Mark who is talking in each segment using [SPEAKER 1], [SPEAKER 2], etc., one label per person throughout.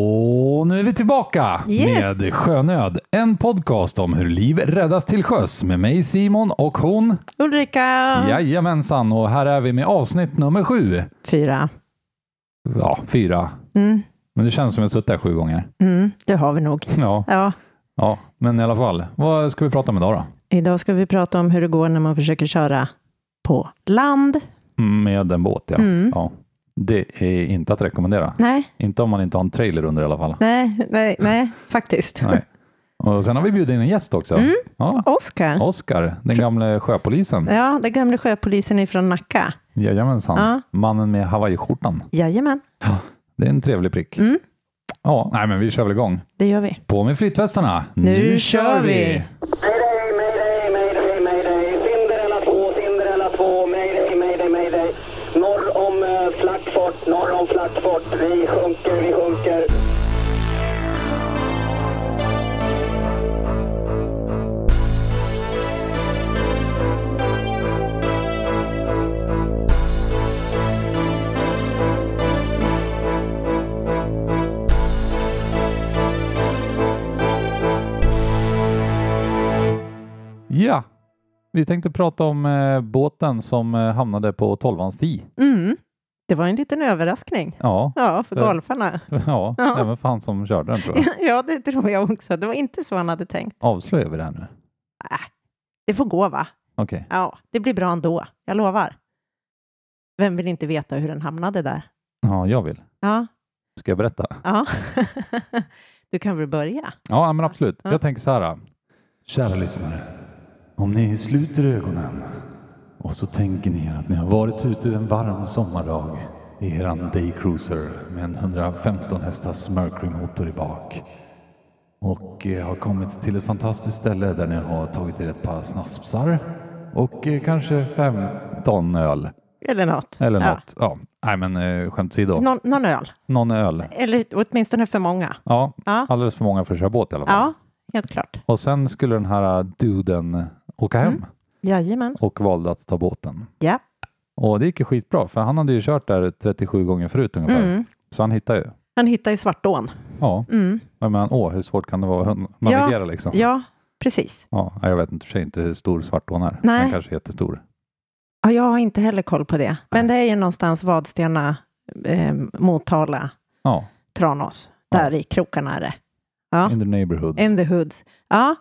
[SPEAKER 1] Och nu är vi tillbaka
[SPEAKER 2] Yes.
[SPEAKER 1] med Sjönöd, en podcast om hur liv räddas till sjöss med mig Simon och hon.
[SPEAKER 2] Ulrika.
[SPEAKER 1] Jajamensan, och här är vi med avsnitt nummer sju.
[SPEAKER 2] Fyra.
[SPEAKER 1] Ja, fyra.
[SPEAKER 2] Mm,
[SPEAKER 1] Men det känns som jag suttit där sju gånger.
[SPEAKER 2] mm, det har vi nog.
[SPEAKER 1] Ja,
[SPEAKER 2] Ja,
[SPEAKER 1] ja, men i alla fall. Vad ska vi prata om idag då?
[SPEAKER 2] idag ska vi prata om hur det går när man försöker köra på land.
[SPEAKER 1] Mm, Med en båt, ja.
[SPEAKER 2] Mm.
[SPEAKER 1] ja. Det är inte att rekommendera.
[SPEAKER 2] Nej,
[SPEAKER 1] Inte om man inte har en trailer under i alla fall.
[SPEAKER 2] nej, nej, nej, faktiskt.
[SPEAKER 1] Nej. Och sen har vi bjudit in en gäst också.
[SPEAKER 2] Mm.
[SPEAKER 1] Ja,
[SPEAKER 2] Oskar.
[SPEAKER 1] Oskar, den gamle sjöpolisen.
[SPEAKER 2] Ja, den gamle sjöpolisen ifrån Nacka.
[SPEAKER 1] Jajamensan.
[SPEAKER 2] Ja.
[SPEAKER 1] Mannen med hawaiiskjortan.
[SPEAKER 2] Jajamän,
[SPEAKER 1] Det är en trevlig prick.
[SPEAKER 2] Mm.
[SPEAKER 1] Ja, nej men vi kör väl igång.
[SPEAKER 2] det gör vi.
[SPEAKER 1] På med flytvästarna.
[SPEAKER 2] Nu kör vi.
[SPEAKER 3] Mayday, mayday, mayday, mayday. Cinderella 2, Cinderella 2. Mayday, mayday, mayday. Norr om eh, Flackfort, norr om Flackfort. Vi sjunker, vi sjunker.
[SPEAKER 1] Ja, vi tänkte prata om eh, båten som eh, hamnade på tolvans ti.
[SPEAKER 2] Mm. Det var en liten överraskning.
[SPEAKER 1] Ja,
[SPEAKER 2] Ja, för
[SPEAKER 1] Ja.
[SPEAKER 2] golfarna.
[SPEAKER 1] ja,
[SPEAKER 2] Ja.
[SPEAKER 1] även för han som körde den tror jag.
[SPEAKER 2] Ja, det tror jag också. Det var inte så han hade tänkt.
[SPEAKER 1] Avslöjar vi det här nu?
[SPEAKER 2] Det får gå, va?
[SPEAKER 1] Okej.
[SPEAKER 2] Ja, det blir bra ändå. Jag lovar. Vem vill inte veta hur den hamnade där?
[SPEAKER 1] Ja, jag vill.
[SPEAKER 2] Ja,
[SPEAKER 1] Ska jag berätta?
[SPEAKER 2] Ja. Du kan väl börja?
[SPEAKER 1] Ja, men absolut.
[SPEAKER 2] Ja.
[SPEAKER 1] Jag tänker så här. Kära lyssnare. Om ni sluter ögonen och så tänker ni att ni har varit ute en varm sommardag i eran daycruiser med en 115 hästars Mercury-motor i bak och eh, har kommit till ett fantastiskt ställe där ni har tagit er ett par snaspsar och eh, kanske 15 öl
[SPEAKER 2] Eller något.
[SPEAKER 1] eller
[SPEAKER 2] Ja.
[SPEAKER 1] något. Ja. Nej, men eh, skämt åsido.
[SPEAKER 2] Någon, någon öl.
[SPEAKER 1] Någon öl.
[SPEAKER 2] Eller åtminstone för många.
[SPEAKER 1] Ja,
[SPEAKER 2] Ja.
[SPEAKER 1] alldeles för många för att köra båt i alla fall.
[SPEAKER 2] Ja, helt klart.
[SPEAKER 1] Och sen skulle den här duden åka hem
[SPEAKER 2] Jajamän.
[SPEAKER 1] och valde att ta båten.
[SPEAKER 2] Mm. Ja.
[SPEAKER 1] Och det gick ju skitbra, för han hade ju kört där 37 gånger förut ungefär.
[SPEAKER 2] Mm.
[SPEAKER 1] Så han hittade ju.
[SPEAKER 2] Han hittar i Svartån.
[SPEAKER 1] Ja,
[SPEAKER 2] Mm.
[SPEAKER 1] jag menar, åh, hur svårt kan det vara att navigera liksom?
[SPEAKER 2] Ja, precis.
[SPEAKER 1] Ja, jag vet inte, för sig inte hur stor Svartån är.
[SPEAKER 2] Nej.
[SPEAKER 1] Den kanske är jättestor.
[SPEAKER 2] Ja, jag har inte heller koll på det. Men det är ju någonstans Vadstena, eh, Motala,
[SPEAKER 1] Ja,
[SPEAKER 2] Tranås. Där i krokarna är det. Ja.
[SPEAKER 1] in the neighborhoods.
[SPEAKER 2] In the hoods. Ja,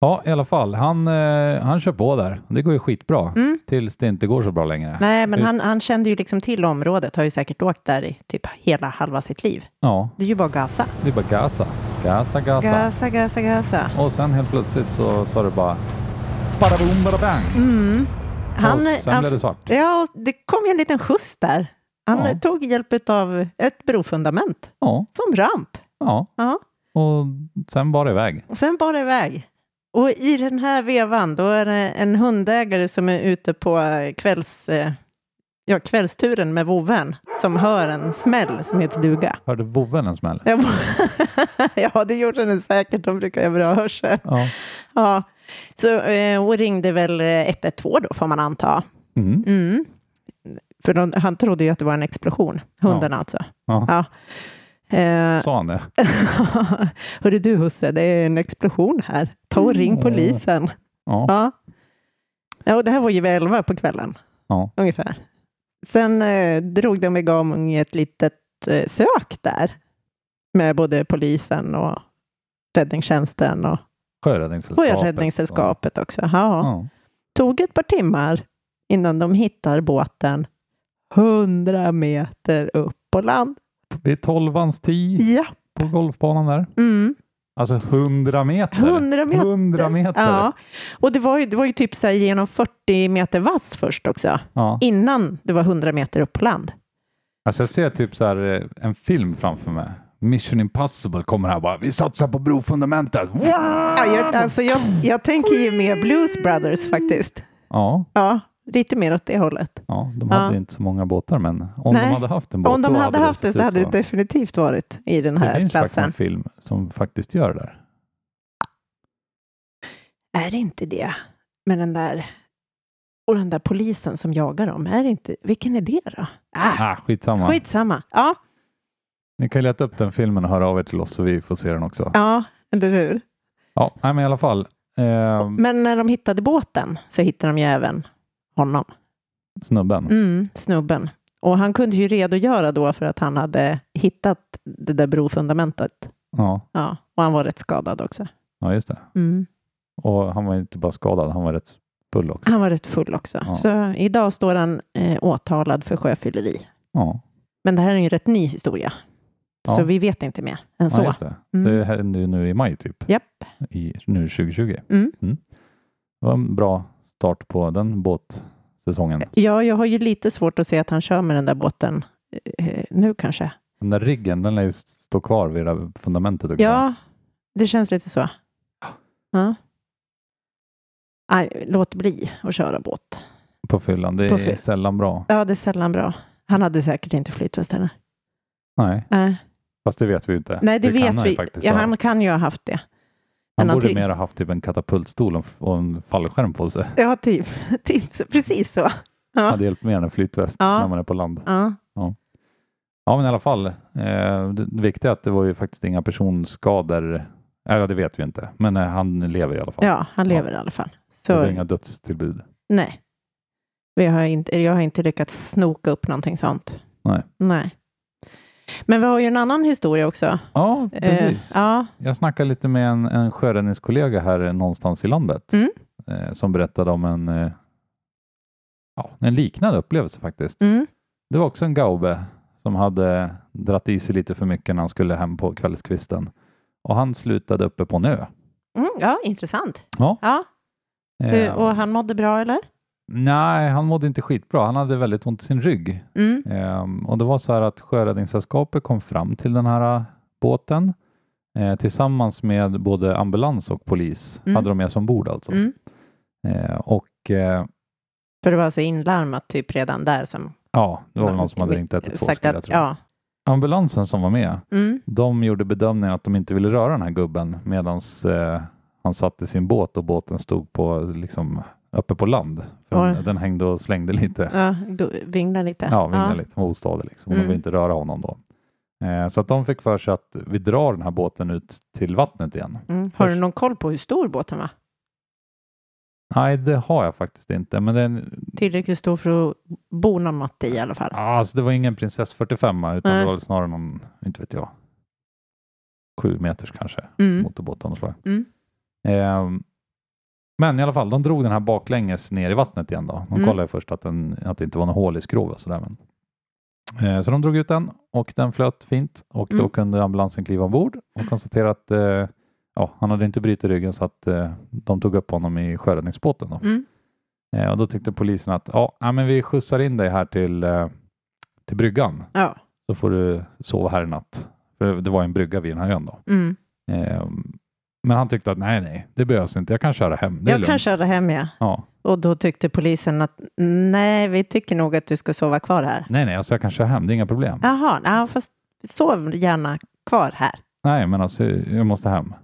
[SPEAKER 1] Ja, i alla fall, han, eh, han kör på där. Det går ju skitbra,
[SPEAKER 2] Mm.
[SPEAKER 1] tills det inte går så bra längre.
[SPEAKER 2] nej, men
[SPEAKER 1] Hur-
[SPEAKER 2] han, han kände ju liksom till området. Har ju säkert åkt där i typ hela halva sitt liv.
[SPEAKER 1] Ja,
[SPEAKER 2] Det är ju bara gasa.
[SPEAKER 1] det är bara gasa. Gasa, gasa.
[SPEAKER 2] Gasa, gasa, gasa.
[SPEAKER 1] Och sen helt plötsligt så sa det bara bara boom, bara bang.
[SPEAKER 2] Han,
[SPEAKER 1] och sen
[SPEAKER 2] han,
[SPEAKER 1] blev det svart.
[SPEAKER 2] Ja, och det kom ju en liten skjuts där. Han
[SPEAKER 1] Ja.
[SPEAKER 2] tog hjälp av ett brofundament
[SPEAKER 1] Ja,
[SPEAKER 2] som ramp.
[SPEAKER 1] ja.
[SPEAKER 2] Ja.
[SPEAKER 1] Och sen var det iväg.
[SPEAKER 2] Och sen bar det iväg. Och i den här vevan, då är det en hundägare som är ute på eh, kvälls, eh, ja, kvällsturen med vovven som hör en smäll som heter duga.
[SPEAKER 1] Hörde vovven en smäll?
[SPEAKER 2] Jag bara- ja, det gjorde den säkert. De brukar ju ha bra hörsel.
[SPEAKER 1] Ja.
[SPEAKER 2] Ja. Så eh, hon ringde väl eh, 112 då, får man anta.
[SPEAKER 1] Mm.
[SPEAKER 2] Mm. För de, han trodde ju att det var en explosion, hunden alltså.
[SPEAKER 1] Ja.
[SPEAKER 2] Ja. Eh,
[SPEAKER 1] Sa han det?
[SPEAKER 2] Hörru du husse, det är en explosion här. Ta och ring
[SPEAKER 1] Mm.
[SPEAKER 2] polisen.
[SPEAKER 1] Ja.
[SPEAKER 2] Ja. ja och det här var ju vid elva på kvällen,
[SPEAKER 1] Ja.
[SPEAKER 2] ungefär. Sen eh, drog de igång ett litet eh, sök där med både polisen och räddningstjänsten och och
[SPEAKER 1] Sjöräddningssällskapet.
[SPEAKER 2] Sjöräddningssällskapet också. Ja.
[SPEAKER 1] Ja.
[SPEAKER 2] tog ett par timmar innan de hittar båten 100 meter upp på land.
[SPEAKER 1] Vid tolvans tio
[SPEAKER 2] Ja.
[SPEAKER 1] på golfbanan där.
[SPEAKER 2] Mm.
[SPEAKER 1] Alltså hundra meter.
[SPEAKER 2] 100 meter.
[SPEAKER 1] 100 meter.
[SPEAKER 2] Ja. Och det var ju, det var ju typ så här genom 40 meter vass först också,
[SPEAKER 1] Ja.
[SPEAKER 2] innan det var 100 meter upp på land.
[SPEAKER 1] Alltså jag ser typ så här eh, en film framför mig. Mission Impossible kommer här bara. Vi satsar på brofundamentet.
[SPEAKER 2] Ja, jag, alltså jag, jag tänker ju mer Blues Brothers faktiskt.
[SPEAKER 1] Ja,
[SPEAKER 2] Ja, lite mer åt det hållet.
[SPEAKER 1] ja de
[SPEAKER 2] Ja.
[SPEAKER 1] hade inte så många båtar, men om
[SPEAKER 2] Nej.
[SPEAKER 1] de hade haft en båt
[SPEAKER 2] Om de
[SPEAKER 1] då
[SPEAKER 2] hade haft
[SPEAKER 1] sett
[SPEAKER 2] det så
[SPEAKER 1] ut
[SPEAKER 2] hade det definitivt varit i den här
[SPEAKER 1] Det finns faktiskt en
[SPEAKER 2] klassen.
[SPEAKER 1] film som faktiskt gör det där.
[SPEAKER 2] Är det inte det med den där och den där polisen som jagar dem? Är det inte, vilken är det då? Ah,
[SPEAKER 1] Ah, skitsamma.
[SPEAKER 2] skitsamma. Ja,
[SPEAKER 1] Ni kan ju leta upp den filmen och höra av er till oss så vi får se den också.
[SPEAKER 2] Ja, eller hur?
[SPEAKER 1] Ja, nej, men i alla fall. Eh,
[SPEAKER 2] Men när de hittade båten så hittade de ju även honom,
[SPEAKER 1] snubben.
[SPEAKER 2] mm, snubben. Och han kunde ju redogöra då för att han hade hittat det där brofundamentet.
[SPEAKER 1] Ja,
[SPEAKER 2] Ja, och han var rätt skadad också.
[SPEAKER 1] ja, just det.
[SPEAKER 2] Mm.
[SPEAKER 1] Och han var inte bara skadad, han var rätt full också.
[SPEAKER 2] Han var rätt full också.
[SPEAKER 1] Ja.
[SPEAKER 2] Så idag står han eh, åtalad för sjöfylleri.
[SPEAKER 1] Ja,
[SPEAKER 2] Men det här är ju en rätt ny historia.
[SPEAKER 1] Ja.
[SPEAKER 2] Så vi vet inte mer än
[SPEAKER 1] ja
[SPEAKER 2] så.
[SPEAKER 1] just det.
[SPEAKER 2] Mm.
[SPEAKER 1] Det hände ju nu i maj typ,
[SPEAKER 2] Japp.
[SPEAKER 1] i, nu 2020.
[SPEAKER 2] Mm.
[SPEAKER 1] Det var en bra start på den båtsäsongen.
[SPEAKER 2] Ja, jag har ju lite svårt att se att han kör med den där båten eh, nu kanske.
[SPEAKER 1] Den där riggen, den lär ju stå kvar vid det där fundamentet. också.
[SPEAKER 2] Ja, det känns lite så. Ja. Nej, låt bli att köra båt.
[SPEAKER 1] På fyllan. Det
[SPEAKER 2] På
[SPEAKER 1] är
[SPEAKER 2] fyll-
[SPEAKER 1] sällan bra.
[SPEAKER 2] Ja, det är sällan bra. Han hade säkert inte flytväst heller.
[SPEAKER 1] Nej,
[SPEAKER 2] Nej.
[SPEAKER 1] fast det vet vi ju inte.
[SPEAKER 2] Nej, det,
[SPEAKER 1] kan
[SPEAKER 2] vet
[SPEAKER 1] han ju
[SPEAKER 2] vi.
[SPEAKER 1] faktiskt
[SPEAKER 2] Ja,
[SPEAKER 1] ha.
[SPEAKER 2] han kan ju ha haft det.
[SPEAKER 1] Han
[SPEAKER 2] Men han
[SPEAKER 1] borde
[SPEAKER 2] ty-
[SPEAKER 1] mer ha haft typ en katapultstol och- och en fallskärm på sig.
[SPEAKER 2] Ja, typ. typ. Precis så. Ja.
[SPEAKER 1] hade hjälpt mer än en flytväst
[SPEAKER 2] Ja.
[SPEAKER 1] när man är på land.
[SPEAKER 2] Ja.
[SPEAKER 1] Ja, men i alla fall. Eh, det det viktiga är att det var ju faktiskt inga personskador. Eller det vet vi inte, men eh, han lever i alla fall.
[SPEAKER 2] ja, han lever i alla fall.
[SPEAKER 1] Det var
[SPEAKER 2] Så,
[SPEAKER 1] inga dödstillbud.
[SPEAKER 2] nej. Vi har inte, jag har inte lyckats snoka upp någonting sånt.
[SPEAKER 1] Nej.
[SPEAKER 2] nej. Men vi har ju en annan historia också.
[SPEAKER 1] Ja,
[SPEAKER 2] Eh,
[SPEAKER 1] precis.
[SPEAKER 2] ja,
[SPEAKER 1] Jag snackade lite med en, en sjöräddningskollega här eh, någonstans i landet
[SPEAKER 2] Mm.
[SPEAKER 1] eh, som berättade om en, eh, ja, en liknande upplevelse faktiskt.
[SPEAKER 2] mm,
[SPEAKER 1] Det var också en gaube som hade dratt i sig lite för mycket när han skulle hem på kvällskvisten och han slutade uppe på en ö.
[SPEAKER 2] mm, ja intressant.
[SPEAKER 1] Ja.
[SPEAKER 2] Ja,
[SPEAKER 1] Eh,
[SPEAKER 2] eh, Och han mådde bra eller?
[SPEAKER 1] Nej, han mådde inte skitbra. Han hade väldigt ont i sin rygg.
[SPEAKER 2] Mm,
[SPEAKER 1] Ehm, och det var så här att Sjöräddningssällskapet kom fram till den här eh, båten eh, tillsammans med både ambulans och polis.
[SPEAKER 2] Mm.
[SPEAKER 1] Hade de med sig ombord alltså.
[SPEAKER 2] mm.
[SPEAKER 1] Eh, och eh,
[SPEAKER 2] För det var så inlarmat typ redan där som
[SPEAKER 1] ja, det var väl
[SPEAKER 2] Någon-
[SPEAKER 1] någon som hade ringt 112
[SPEAKER 2] sagt
[SPEAKER 1] skulle jag
[SPEAKER 2] att,
[SPEAKER 1] tro.
[SPEAKER 2] ja.
[SPEAKER 1] Ambulansen som var med,
[SPEAKER 2] Mm,
[SPEAKER 1] de gjorde bedömningen att de inte ville röra den här gubben medan eh, han satt i sin båt och båten stod på, liksom, uppe på land. För
[SPEAKER 2] Oj.
[SPEAKER 1] den, den hängde och slängde lite.
[SPEAKER 2] ja, gu- vingla lite.
[SPEAKER 1] Ja, vinglade lite. Hon var ostadig liksom. Hon
[SPEAKER 2] Mm.
[SPEAKER 1] ville inte röra honom då. Eh, så att de fick för sig att vi drar den här båten ut till vattnet igen.
[SPEAKER 2] Mm. Har du någon koll på hur stor båten var?
[SPEAKER 1] Nej, det har jag faktiskt inte. Men den,
[SPEAKER 2] Tillräckligt stor för att bo någon natt i i alla fall.
[SPEAKER 1] alltså, det var ingen prinsess 45 utan
[SPEAKER 2] Nej.
[SPEAKER 1] det var väl snarare någon, inte vet jag, sju meters kanske,
[SPEAKER 2] Mm.
[SPEAKER 1] motorbåt av något slag.
[SPEAKER 2] Mm.
[SPEAKER 1] Eh, men i alla fall, de drog den här baklänges ner i vattnet igen då. De
[SPEAKER 2] Mm.
[SPEAKER 1] kollade ju först att, den, att det inte var något hål i skrovet och sådär. Men. Eh, så de drog ut den och den flöt fint och då
[SPEAKER 2] Mm.
[SPEAKER 1] kunde ambulansen kliva ombord och konstatera att eh, ja, han hade inte brutit ryggen så att eh, de tog upp honom i sjöräddningsbåten. Då.
[SPEAKER 2] Mm.
[SPEAKER 1] Eh, och då tyckte polisen att ja, nej, men vi skjutsar in dig här till, eh, till bryggan
[SPEAKER 2] Ja.
[SPEAKER 1] så får du sova här i natt. För det var ju en brygga vid den här ön då.
[SPEAKER 2] Mm.
[SPEAKER 1] Eh, men han tyckte att nej, nej, det behövs inte. Jag kan köra hem. Det är
[SPEAKER 2] Jag
[SPEAKER 1] lugnt.
[SPEAKER 2] kan köra hem, ja.
[SPEAKER 1] Ja.
[SPEAKER 2] Och då tyckte polisen att nej, vi tycker nog att du ska sova kvar här.
[SPEAKER 1] Nej, nej, alltså jag kan köra hem. Det är inga problem.
[SPEAKER 2] Jaha, ja, fast sov gärna kvar här.
[SPEAKER 1] Nej, men alltså jag måste hem.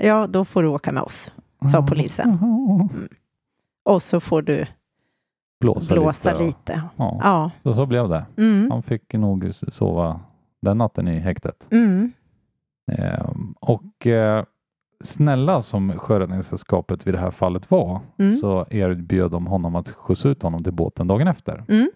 [SPEAKER 2] Ja, då får du åka med oss, sa polisen. Och så får du
[SPEAKER 1] Blåsa,
[SPEAKER 2] blåsa
[SPEAKER 1] lite.
[SPEAKER 2] lite.
[SPEAKER 1] och- Ja.
[SPEAKER 2] Ja.
[SPEAKER 1] Så, så blev det.
[SPEAKER 2] Mm.
[SPEAKER 1] Han fick nog sova den natten i häktet.
[SPEAKER 2] Mm.
[SPEAKER 1] Eh, och eh, snälla som Sjöräddningssällskapet vid det här fallet var
[SPEAKER 2] Mm.
[SPEAKER 1] så erbjöd de honom att skjutsa ut honom till båten dagen efter.
[SPEAKER 2] Mm.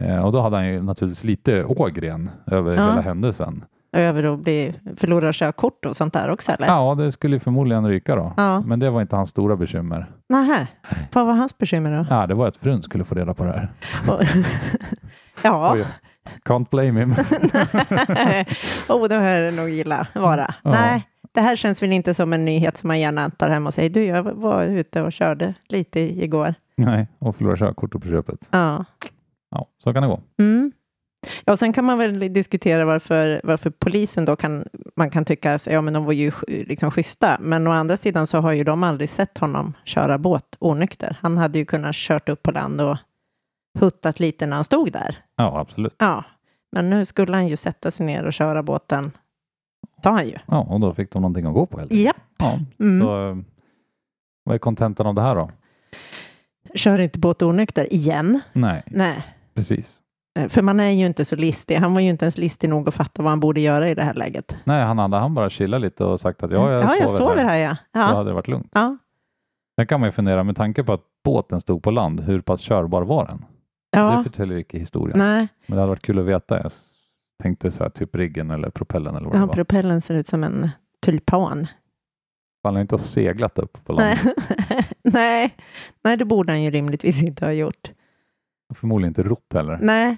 [SPEAKER 1] Eh, och då hade han ju naturligtvis lite ågren över
[SPEAKER 2] Ja.
[SPEAKER 1] hela händelsen.
[SPEAKER 2] Över att bli, förlora körkort och sånt där också, eller?
[SPEAKER 1] Ja, det skulle ju förmodligen ryka då.
[SPEAKER 2] Ja.
[SPEAKER 1] Men det var inte hans stora bekymmer.
[SPEAKER 2] Nähä. Vad var hans bekymmer då?
[SPEAKER 1] Ja, det var att frun skulle få reda på det här.
[SPEAKER 2] Och- ja.
[SPEAKER 1] Oj, Can't blame him.
[SPEAKER 2] oh, då hör det nog illa vara.
[SPEAKER 1] Ja.
[SPEAKER 2] Nej, det här känns väl inte som en nyhet som man gärna tar hem och säger. Du, jag var ute och körde lite igår.
[SPEAKER 1] Nej, och förlora körkortet på köpet.
[SPEAKER 2] Ja.
[SPEAKER 1] Ja, så kan det gå.
[SPEAKER 2] Mm. Ja, och sen kan man väl diskutera varför, varför polisen då kan, man kan tycka att ja, men de var ju sch- liksom schyssta, men å andra sidan så har ju de aldrig sett honom köra båt onykter. Han hade ju kunnat kört upp på land och huttat lite när han stod där.
[SPEAKER 1] Ja, absolut.
[SPEAKER 2] Ja, men nu skulle han ju sätta sig ner och köra båten. Sa han ju.
[SPEAKER 1] Ja, och då fick de någonting att gå på. Helt. enkelt.
[SPEAKER 2] Japp.
[SPEAKER 1] Ja,
[SPEAKER 2] Mm.
[SPEAKER 1] så, eh, vad är kontentan av det här då?
[SPEAKER 2] Kör inte båt onykter igen.
[SPEAKER 1] Nej,
[SPEAKER 2] Nej.
[SPEAKER 1] precis.
[SPEAKER 2] Eh, För man är ju inte så listig. Han var ju inte ens listig nog att fatta vad han borde göra i det här läget.
[SPEAKER 1] Nej, han hade han bara chillat lite och sagt att ja, jag,
[SPEAKER 2] ja, jag sover här, ja.
[SPEAKER 1] Då
[SPEAKER 2] ja.
[SPEAKER 1] hade det varit lugnt.
[SPEAKER 2] ja.
[SPEAKER 1] Sen kan man ju fundera, med tanke på att båten stod på land, hur pass körbar var den? Det
[SPEAKER 2] ja.
[SPEAKER 1] förtäljer inte historien.
[SPEAKER 2] Nej,
[SPEAKER 1] Men det hade varit kul att veta. Jag tänkte så här, typ riggen eller propellen eller vad
[SPEAKER 2] ja,
[SPEAKER 1] det var.
[SPEAKER 2] propellen ser ut som en tulpan.
[SPEAKER 1] Han har inte ha seglat upp på land.
[SPEAKER 2] Nej. Nej. Nej, det borde han ju rimligtvis inte ha gjort.
[SPEAKER 1] Förmodligen inte rott heller.
[SPEAKER 2] Nej.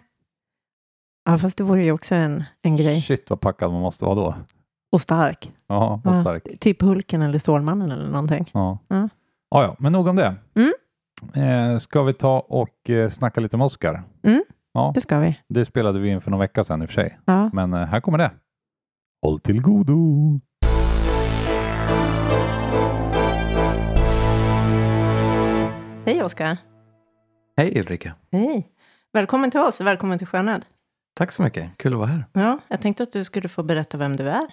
[SPEAKER 2] Ja, fast det vore ju också en, en grej.
[SPEAKER 1] Shit vad packad man måste vara då.
[SPEAKER 2] Och stark.
[SPEAKER 1] Ja, vad
[SPEAKER 2] Ja.
[SPEAKER 1] stark.
[SPEAKER 2] Typ Hulken eller Stålmannen eller någonting.
[SPEAKER 1] Ja.
[SPEAKER 2] Ja.
[SPEAKER 1] Ja, ja, men nog om det.
[SPEAKER 2] Mm.
[SPEAKER 1] Eh, ska vi ta och eh, snacka lite om Oscar?
[SPEAKER 2] Det ska vi.
[SPEAKER 1] Det spelade vi in för någon vecka sedan i och för sig,
[SPEAKER 2] Ja.
[SPEAKER 1] men eh, här kommer det. Håll till godo!
[SPEAKER 2] Hej Oskar.
[SPEAKER 4] Hej Ulrika.
[SPEAKER 2] Hej. Välkommen till oss. Välkommen till Sjönöd.
[SPEAKER 4] Tack så mycket. Kul att vara här.
[SPEAKER 2] Ja, jag tänkte att du skulle få berätta vem du är.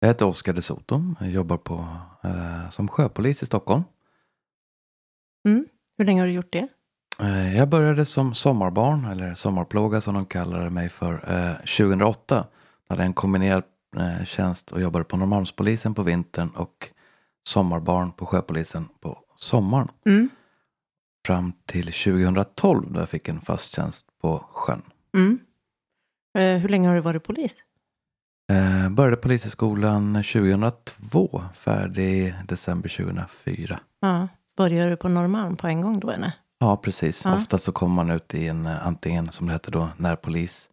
[SPEAKER 4] Jag heter Oskar de Sotom. Jag jobbar på, eh, som sjöpolis i Stockholm.
[SPEAKER 2] Hur länge har du gjort det?
[SPEAKER 4] Eh, jag började som sommarbarn, eller sommarplåga som de kallade mig för, eh, 2008. Jag hade en kombinerad eh, tjänst och jobbade på Norrmalmspolisen på vintern och sommarbarn på sjöpolisen på sommaren.
[SPEAKER 2] Mm.
[SPEAKER 4] Fram till 2012 då jag fick en fast tjänst på sjön.
[SPEAKER 2] Mm. Eh, hur länge har du varit polis?
[SPEAKER 4] Eh, började Polishögskolan 2002, färdig december 2004.
[SPEAKER 2] Ja. Började du på Norrmalm på en gång då eller?
[SPEAKER 4] Ja, precis.
[SPEAKER 2] Ja.
[SPEAKER 4] Ofta så kommer man ut i en, eh, antingen som det hette då, närpolis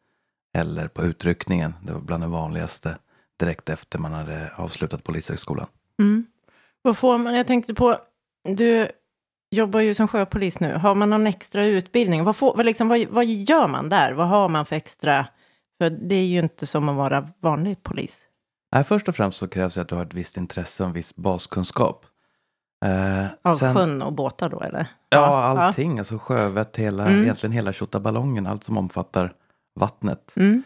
[SPEAKER 4] eller på utryckningen. Det var bland det vanligaste direkt efter man hade avslutat polishögskolan.
[SPEAKER 2] Mm. Vad får man, jag tänkte på, du jobbar ju som sjöpolis nu. Har man någon extra utbildning? Vad, får, vad, liksom, vad, vad gör man där? Vad har man för extra? För det är ju inte som att vara vanlig polis.
[SPEAKER 4] Nej, först och främst så krävs det att du har ett visst intresse och en viss baskunskap. Eh,
[SPEAKER 2] Av
[SPEAKER 4] sen-
[SPEAKER 2] sjön och båtar då eller?
[SPEAKER 4] Ja, allting. Alltså sjövett, hela,
[SPEAKER 2] Mm.
[SPEAKER 4] egentligen hela tjottaballongen, allt som omfattar vattnet.
[SPEAKER 2] Ja. Mm.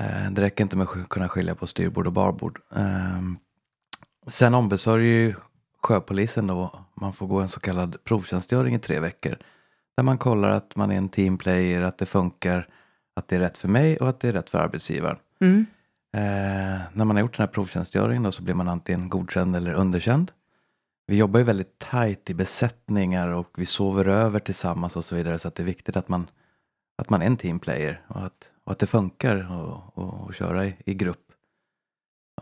[SPEAKER 4] Eh, Det räcker inte med att kunna skilja på styrbord och barbord. Ehm, Sen ombesörjer ju sjöpolisen då, man får gå en så kallad provtjänstgöring i tre veckor. Där man kollar att man är en teamplayer, att det funkar, att det är rätt för mig och att det är rätt för arbetsgivaren.
[SPEAKER 2] Mm.
[SPEAKER 4] Eh, när man har gjort den här provtjänstgöringen då så blir man antingen godkänd eller underkänd. Vi jobbar ju väldigt tajt i besättningar och vi sover över tillsammans och så vidare. Så att det är viktigt att man, att man är en teamplayer och att, och att det funkar och, och, och köra i, i grupp.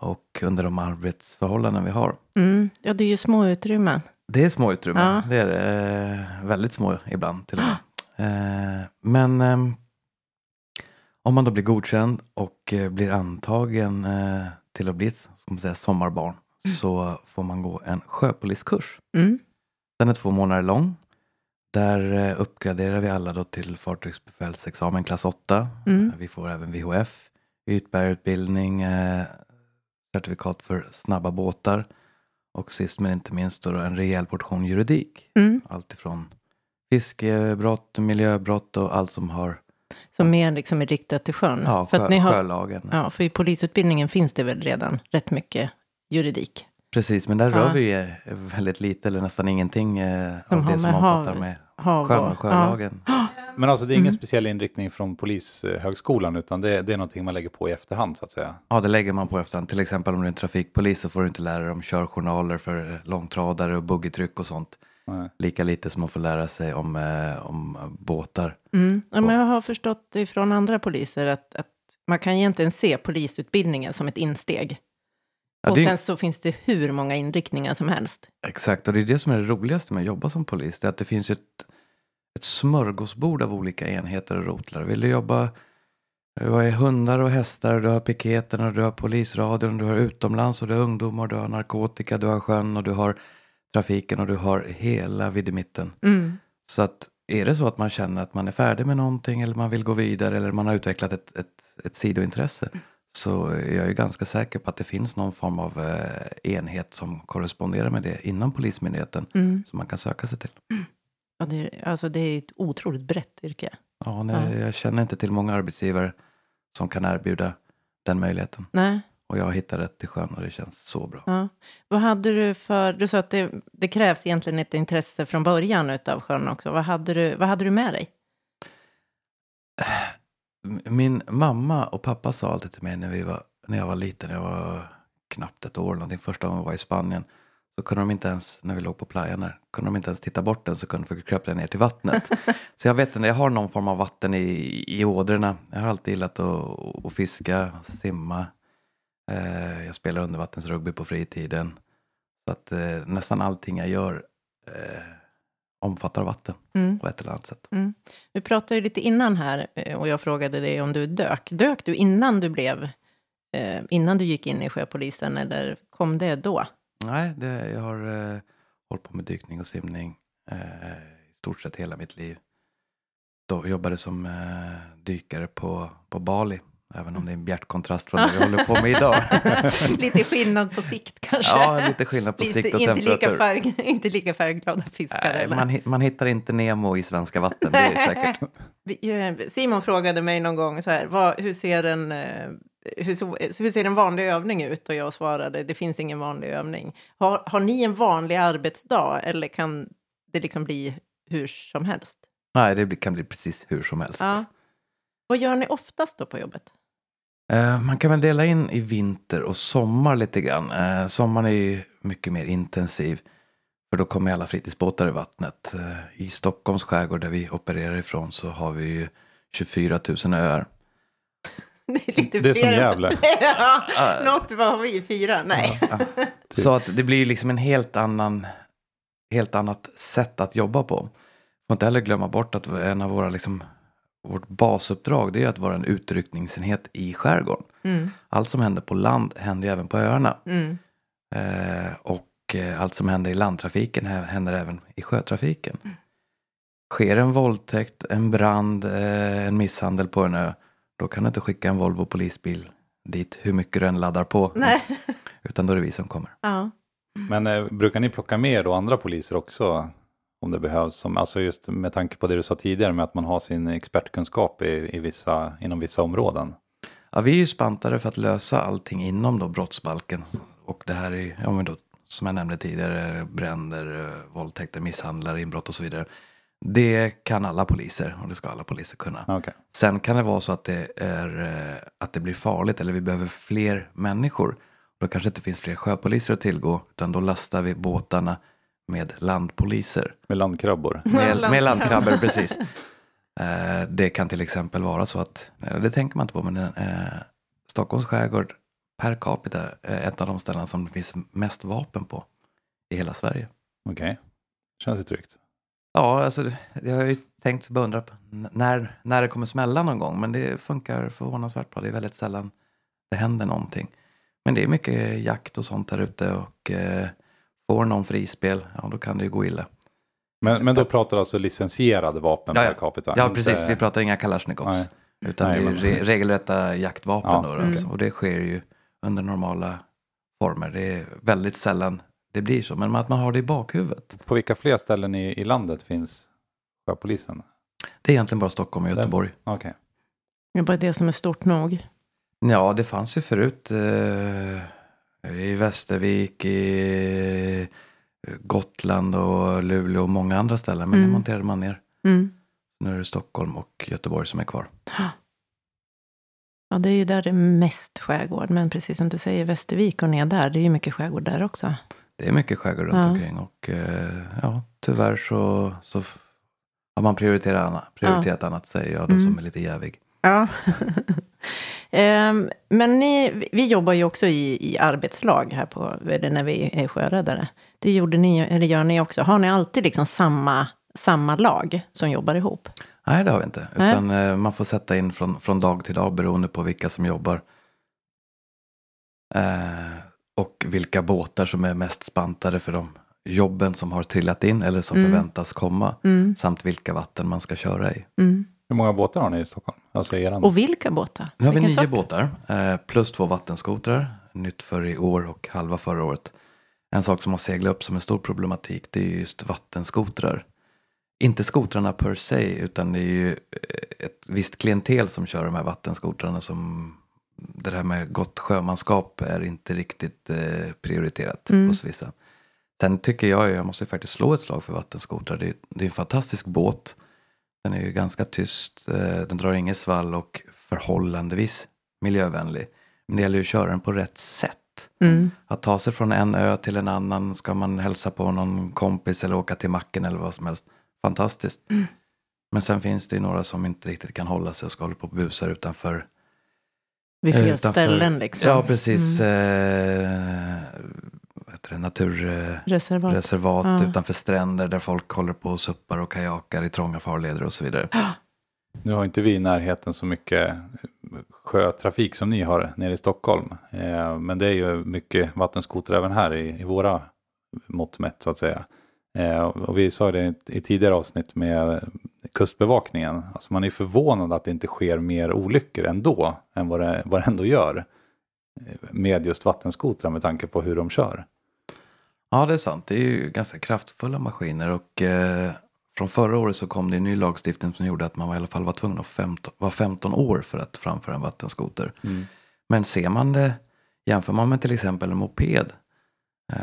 [SPEAKER 4] Och under de arbetsförhållanden vi har.
[SPEAKER 2] Mm. Ja, det är ju små utrymmen.
[SPEAKER 4] Det är små utrymmen.
[SPEAKER 2] Ja.
[SPEAKER 4] Det är det. eh, väldigt små ibland till och med. Eh, men ehm, om man då blir godkänd och eh, blir antagen eh, till att bli ett ska man säga, sommarbarn så får man gå en sjöpoliskurs.
[SPEAKER 2] Mm.
[SPEAKER 4] Den är två månader lång. Där eh, uppgraderar vi alla då till fartygsbefälsexamen klass 8.
[SPEAKER 2] Mm.
[SPEAKER 4] Vi får även VHF, ytbärarutbildning, eh, certifikat för snabba båtar och sist men inte minst då en rejäl portion juridik.
[SPEAKER 2] Mm.
[SPEAKER 4] Allt ifrån fiskebrott, miljöbrott och allt som har
[SPEAKER 2] Som mer liksom är riktat till sjön.
[SPEAKER 4] ja,
[SPEAKER 2] Mm. för, att ni
[SPEAKER 4] sjö,
[SPEAKER 2] har,
[SPEAKER 4] sjölagen.
[SPEAKER 2] ja, för i polisutbildningen finns det väl redan rätt mycket juridik.
[SPEAKER 4] Precis, men där
[SPEAKER 2] Ja.
[SPEAKER 4] rör vi ju eh, väldigt lite eller nästan ingenting eh,
[SPEAKER 2] Som
[SPEAKER 4] av
[SPEAKER 2] har
[SPEAKER 4] det som
[SPEAKER 2] med
[SPEAKER 4] omfattar
[SPEAKER 2] hav-
[SPEAKER 4] med
[SPEAKER 2] Hav
[SPEAKER 4] sjön
[SPEAKER 2] och-
[SPEAKER 4] och sjölagen.
[SPEAKER 1] Men alltså det är ingen
[SPEAKER 2] Mm.
[SPEAKER 1] speciell inriktning från polishögskolan utan det, det är någonting man lägger på i efterhand så att säga.
[SPEAKER 4] Ja, det lägger man på efterhand. Till exempel om du är en trafikpolis så får du inte lära dig om körjournaler för eh, långtradare och buggytryck och sånt.
[SPEAKER 1] Nej.
[SPEAKER 4] Lika lite som man får lära sig om, eh, om eh, båtar.
[SPEAKER 2] Ja. Mm. Ja, men jag har förstått ifrån andra poliser att, att man kan egentligen se polisutbildningen som ett insteg.
[SPEAKER 4] Ja,
[SPEAKER 2] och
[SPEAKER 4] det är,
[SPEAKER 2] sen så finns det hur många inriktningar som helst.
[SPEAKER 4] Exakt, och det är det som är det roligaste med att jobba som polis. Det är att det finns ju ett, ett smörgåsbord av olika enheter och rotlar. Vill du jobba, du har ju hundar och hästar, du har piketen och du har polisradion, du har utomlands och du har ungdomar, du har narkotika, du har sjön och du har trafiken och du har hela vidmitten.
[SPEAKER 2] Mm.
[SPEAKER 4] Så att är det så att man känner att man är färdig med någonting eller man vill gå vidare eller man har utvecklat ett, ett, ett sidointresse så är jag ju ganska säker på att det finns någon form av eh, enhet som korresponderar med det inom Polismyndigheten
[SPEAKER 2] Mm.
[SPEAKER 4] som man kan söka sig till.
[SPEAKER 2] Ja, det, alltså det är ett otroligt brett yrke.
[SPEAKER 4] Ja, nej, Jag känner inte till många arbetsgivare som kan erbjuda den möjligheten.
[SPEAKER 2] Nej.
[SPEAKER 4] Och jag hittar rätt till sjön och det känns så bra.
[SPEAKER 2] Ja. Vad hade du för... Du sa att det, det krävs egentligen ett intresse från början utav sjön också. Vad hade du, vad hade du med dig?
[SPEAKER 4] Min mamma och pappa sa alltid till mig när, vi var, när jag var liten, när jag var knappt ett år eller någonting, första gången jag var i Spanien. Så kunde de inte ens, när vi låg på playan där, kunde de inte ens titta bort den så kunde de kröp den ner till vattnet. så jag vet inte, jag har någon form av vatten i, i ådrorna. Jag har alltid gillat att, att fiska, simma. Eh, jag spelar undervattensrugby på fritiden. Så att eh, nästan allting jag gör eh, omfattar vatten
[SPEAKER 2] Mm.
[SPEAKER 4] på ett eller annat sätt.
[SPEAKER 2] Vi pratade ju lite innan här eh, och jag frågade dig om du dök. Dök du innan du blev, eh, innan du gick in i sjöpolisen eller kom det då?
[SPEAKER 4] Nej, det, jag har eh, hållit på med dykning och simning eh, i stort sett hela mitt liv. Då jobbade som eh, dykare på, på Bali, även om det är en bjärt kontrast från det vi håller på med idag.
[SPEAKER 2] lite skillnad på sikt kanske.
[SPEAKER 4] ja, lite skillnad på sikt och
[SPEAKER 2] inte, lika
[SPEAKER 4] temperatur.
[SPEAKER 2] färg, inte lika färgglada fiskar.
[SPEAKER 4] Nej,
[SPEAKER 2] eller?
[SPEAKER 4] man, hi- man hittar inte Nemo i svenska vatten, det är säkert.
[SPEAKER 2] Vi- eh, Simon frågade mig någon gång så här, vad, hur, ser en, eh, hur, so- eh, hur ser en vanlig övning ut? Och jag svarade, det finns ingen vanlig övning. Har, har ni en vanlig arbetsdag eller kan det liksom bli hur som helst?
[SPEAKER 4] Nej, det blir- kan bli precis hur som helst.
[SPEAKER 2] Ja. Vad gör ni oftast då på jobbet?
[SPEAKER 4] Eh, Man kan väl dela in i vinter och sommar lite grann. Eh, Sommaren är ju mycket mer intensiv. För då kommer alla fritidsbåtar i vattnet. Eh, I Stockholms skärgård där vi opererar ifrån så har vi ju 24 000 öar.
[SPEAKER 2] Det är, lite
[SPEAKER 1] Det är som
[SPEAKER 2] fler än-
[SPEAKER 1] Gävle.
[SPEAKER 2] ja, något, vad har vi? Fyra? Nej.
[SPEAKER 4] Så att det blir ju liksom en helt annan, helt annat sätt att jobba på. Får inte heller glömma bort att en av våra, liksom, vårt basuppdrag det är ju att vara en utryckningsenhet i skärgården.
[SPEAKER 2] Mm,
[SPEAKER 4] Allt som händer på land händer ju även på öarna.
[SPEAKER 2] mm,
[SPEAKER 4] Eh, och eh, allt som händer i landtrafiken hä- händer även i sjötrafiken. Sker en våldtäkt, en brand, eh, en misshandel på en ö, då kan du inte skicka en Volvo polisbil dit hur mycket du än laddar på.
[SPEAKER 2] Nej.
[SPEAKER 4] Utan då är det vi som kommer.
[SPEAKER 2] ja.
[SPEAKER 1] Men eh, brukar ni plocka med då andra poliser också? Om det behövs, som, alltså just med tanke på det du sa tidigare med att man har sin expertkunskap i, i vissa, inom vissa områden.
[SPEAKER 4] Ja, vi är ju spantare för att lösa allting inom då brottsbalken. Och det här är ju, ja, men då, som jag nämnde tidigare, bränder, eh, våldtäkter, misshandlar, inbrott och så vidare. Det kan alla poliser och det ska alla poliser kunna.
[SPEAKER 1] Okej.
[SPEAKER 4] Sen kan det vara så att det, är, eh, att det blir farligt eller vi behöver fler människor. Då kanske inte finns fler sjöpoliser att tillgå utan då lastar vi båtarna med landpoliser.
[SPEAKER 1] Med landkrabbor.
[SPEAKER 4] Med, med landkrabbor, precis. Eh, Det kan till exempel vara så att, eh, det tänker man inte på, men eh, Stockholms skärgård per capita är ett av de ställen som det finns mest vapen på i hela Sverige.
[SPEAKER 1] Okej. Känns ju tryggt.
[SPEAKER 4] Ja, alltså, jag har ju tänkt beundra på n- när, när det kommer smälla någon gång, men det funkar förvånansvärt bra. Det är väldigt sällan det händer någonting. Men det är mycket jakt och sånt där ute och eh, får någon frispel, ja då kan det ju gå illa.
[SPEAKER 1] Men, men då pratar du alltså licensierade vapen
[SPEAKER 4] Ja, ja.
[SPEAKER 1] per capita?
[SPEAKER 4] Ja,
[SPEAKER 1] inte-
[SPEAKER 4] precis. Vi pratar inga Kalashnikovs.
[SPEAKER 1] Nej.
[SPEAKER 4] Utan
[SPEAKER 1] Nej,
[SPEAKER 4] det är
[SPEAKER 1] men-
[SPEAKER 4] re regelrätta jaktvapen.
[SPEAKER 1] Ja,
[SPEAKER 4] då, då,
[SPEAKER 2] okej.
[SPEAKER 4] alltså. Och det sker ju under normala former. Det är väldigt sällan det blir så. Men att man har det i bakhuvudet.
[SPEAKER 1] På vilka fler ställen i, i landet finns sjöpolisen?
[SPEAKER 4] Det är egentligen bara Stockholm och Göteborg.
[SPEAKER 1] Okej.
[SPEAKER 2] Det är bara det som är stort nog.
[SPEAKER 4] Ja, det fanns ju förut. Eh, I Västervik, i eh, Gotland och Luleå och många andra ställen. Men
[SPEAKER 2] Mm.
[SPEAKER 4] det monterade man ner.
[SPEAKER 2] Mm.
[SPEAKER 4] Nu är det Stockholm och Göteborg som är kvar.
[SPEAKER 2] Ja, det är ju där det är mest skärgård. Men precis som du säger, Västervik och ner där, det är ju mycket skärgård där också.
[SPEAKER 4] Det är mycket skärgård runt
[SPEAKER 2] Ja.
[SPEAKER 4] omkring och eh, ja, tyvärr så, så f- har man prioriterat annat, prioriterat annat säger jag då
[SPEAKER 2] Mm.
[SPEAKER 4] som är lite jävig.
[SPEAKER 2] Ja. Ehm, men ni, vi jobbar ju också i, i arbetslag här på, eller när vi är sjöräddare. Det gjorde ni, eller gör ni också. Har ni alltid liksom samma, samma lag som jobbar ihop?
[SPEAKER 4] Nej, det har vi inte.
[SPEAKER 2] Nej.
[SPEAKER 4] Utan eh, man får sätta in från, från dag till dag beroende på vilka som jobbar. Eh, och vilka båtar som är mest spantade för de jobben som har trillat in eller som
[SPEAKER 2] Mm.
[SPEAKER 4] förväntas komma.
[SPEAKER 2] Mm,
[SPEAKER 4] Samt vilka vatten man ska köra i.
[SPEAKER 2] mm.
[SPEAKER 1] Hur många båtar har ni i Stockholm? Alltså i eran?
[SPEAKER 2] Och vilka båtar?
[SPEAKER 4] Nu har vi
[SPEAKER 2] Vilken
[SPEAKER 4] nio
[SPEAKER 2] sort?
[SPEAKER 4] båtar, eh, plus två vattenskotrar, nytt för i år och halva förra året. En sak som har seglat upp som en stor problematik, det är ju just vattenskotrar. Inte skotrarna per se, utan det är ju eh, ett visst klientel som kör de här vattenskotrarna som det här med gott sjömanskap är inte riktigt eh, prioriterat
[SPEAKER 2] Mm.
[SPEAKER 4] hos vissa. Sen tycker jag, ju- jag måste ju faktiskt slå ett slag för vattenskotrar. Det är, det är en fantastisk båt. Den är ju ganska tyst, eh, den drar inget svall och förhållandevis miljövänlig. Men det gäller ju att köra den på rätt sätt.
[SPEAKER 2] Mm.
[SPEAKER 4] Att ta sig från en ö till en annan, ska man hälsa på någon kompis eller åka till macken eller vad som helst. Fantastiskt. Men sen finns det ju några som inte riktigt kan hålla sig och ska hålla på och busar utanför
[SPEAKER 2] Vid fel
[SPEAKER 4] Eh, Utanför-
[SPEAKER 2] ställen liksom.
[SPEAKER 4] Ja, precis. Eh, vad heter det? eh, Naturreservat
[SPEAKER 2] Reservat. Ja.
[SPEAKER 4] utanför stränder där folk håller på och suppar och kajakar i trånga farleder och så vidare.
[SPEAKER 1] Nu har inte vi i närheten så mycket sjötrafik som ni har nere i Stockholm. Eh, Men det är ju mycket vattenskoter även här i, i våra mått mätt så att säga. Eh, Och vi sa ju det i- i tidigare avsnitt med kustbevakningen. Alltså man är förvånad att det inte sker mer olyckor ändå än vad det, vad det ändå gör. eh, Med just vattenskotrar med tanke på hur de kör.
[SPEAKER 4] Ja, det är sant. Det är ju ganska kraftfulla maskiner och eh, från förra året så kom det en ny lagstiftning som gjorde att man var i alla fall var tvungen att femton, vara 15 år för att framföra en vattenskoter. Men ser man det, jämför man med till exempel en moped. Eh,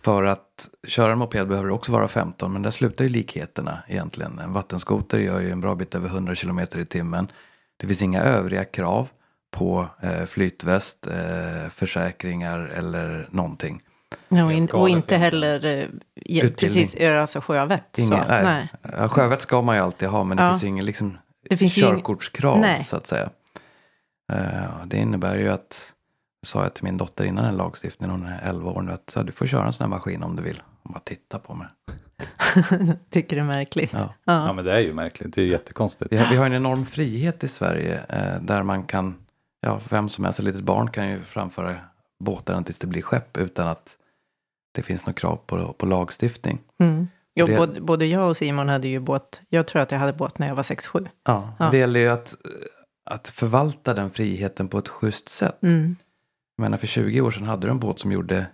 [SPEAKER 4] för att köra en moped behöver du också vara 15, men där slutar ju likheterna egentligen. En vattenskoter gör ju en bra bit över 100 km i timmen. Det finns inga övriga krav på eh, flytväst, eh, försäkringar eller någonting.
[SPEAKER 2] Ja, och,
[SPEAKER 1] Helt
[SPEAKER 2] in,
[SPEAKER 1] galet
[SPEAKER 2] och inte
[SPEAKER 1] egentligen.
[SPEAKER 2] heller eh, ge,
[SPEAKER 4] Utbildning.
[SPEAKER 2] precis göra alltså sjövett.
[SPEAKER 4] Ingen,
[SPEAKER 2] så.
[SPEAKER 4] nej.
[SPEAKER 2] Nej.
[SPEAKER 4] Ja, Sjövett ska man ju alltid ha, men det
[SPEAKER 2] Ja.
[SPEAKER 4] finns ju ingen liksom,
[SPEAKER 2] Det finns ju ing-
[SPEAKER 4] körkortskrav
[SPEAKER 2] Nej.
[SPEAKER 4] så att säga. Eh, och det innebär ju att, sa jag till min dotter innan den här lagstiftningen, hon är 11 år nu, att så här, du får köra en sån här maskin om du vill. Hon bara tittar på mig.
[SPEAKER 2] Tycker det är märkligt.
[SPEAKER 4] Ja.
[SPEAKER 1] Ja. men det är ju märkligt, det är ju jättekonstigt.
[SPEAKER 4] Vi har, vi har en enorm frihet i Sverige eh, där man kan, ja, vem som helst, ett litet barn kan ju framföra båtarna tills det blir skepp utan att det finns något krav på, på lagstiftning.
[SPEAKER 2] Mm. Jo,
[SPEAKER 4] Det-
[SPEAKER 2] både, både jag och Simon hade ju båt. Jag tror att jag hade båt när jag var 6-7.
[SPEAKER 4] Ja,
[SPEAKER 2] Ja.
[SPEAKER 4] Det gäller ju att, att förvalta den friheten på ett schysst sätt.
[SPEAKER 2] Mm.
[SPEAKER 4] Jag menar, för 20 år sedan hade du en båt som gjorde